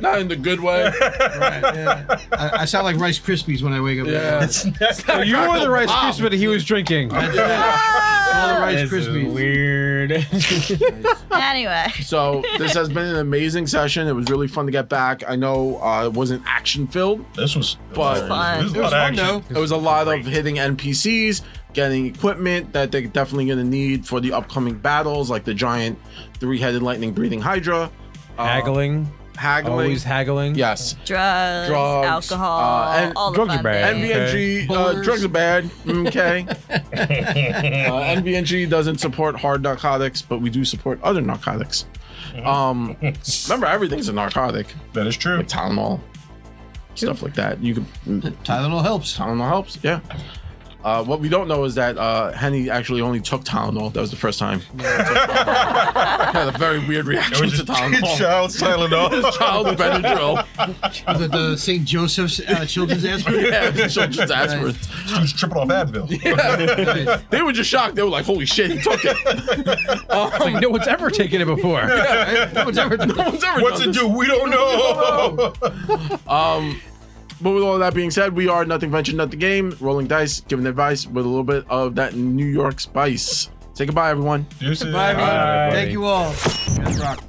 Not in the good way. right, yeah. I, I sound like Rice Krispies when I wake up. Yeah. So you were the Rice Wow. Krispies that he was drinking. All the Rice This is Krispies. weird. Anyway, So this has been an amazing session. It was really fun to get back. I know uh, it wasn't action filled. This was But- This was It was a lot fun of though. action. It was a lot of hitting NPCs, getting equipment that they're definitely going to need for the upcoming battles, like the giant three-headed lightning breathing Hydra. Uh, Haggling. Oh. haggling. Always haggling. Yes. Drugs, Drugs, alcohol, uh, and all the drugs are fun bad. things. NBA NVNG uh, Bullers. drugs are bad. Uh, Okay. uh, NVNG doesn't support hard narcotics, but we do support other narcotics. Um, remember, everything's a narcotic. That is true. Like Tylenol, stuff like that. You can Tylenol helps. Tylenol helps. Yeah. Uh, what we don't know is that uh, Henny actually only took Tylenol. That was the first time. had a very weird reaction to Tylenol. Child silent off. Child Benadryl. The, the St. Joseph's uh, Children's Aspirin. Yeah, children's aspirin. She's tripping off Advil. They were just shocked. They were like, "Holy shit, he took it! Like, Oh, no one's ever taken it before. No one's ever done No one's ever What's done it this." do? We don't know. But with all that being said, we are nothing venture, not the game. Rolling dice, giving advice with a little bit of that New York spice. Say goodbye, everyone. Deuces. Bye. Thank you all. Let's rock.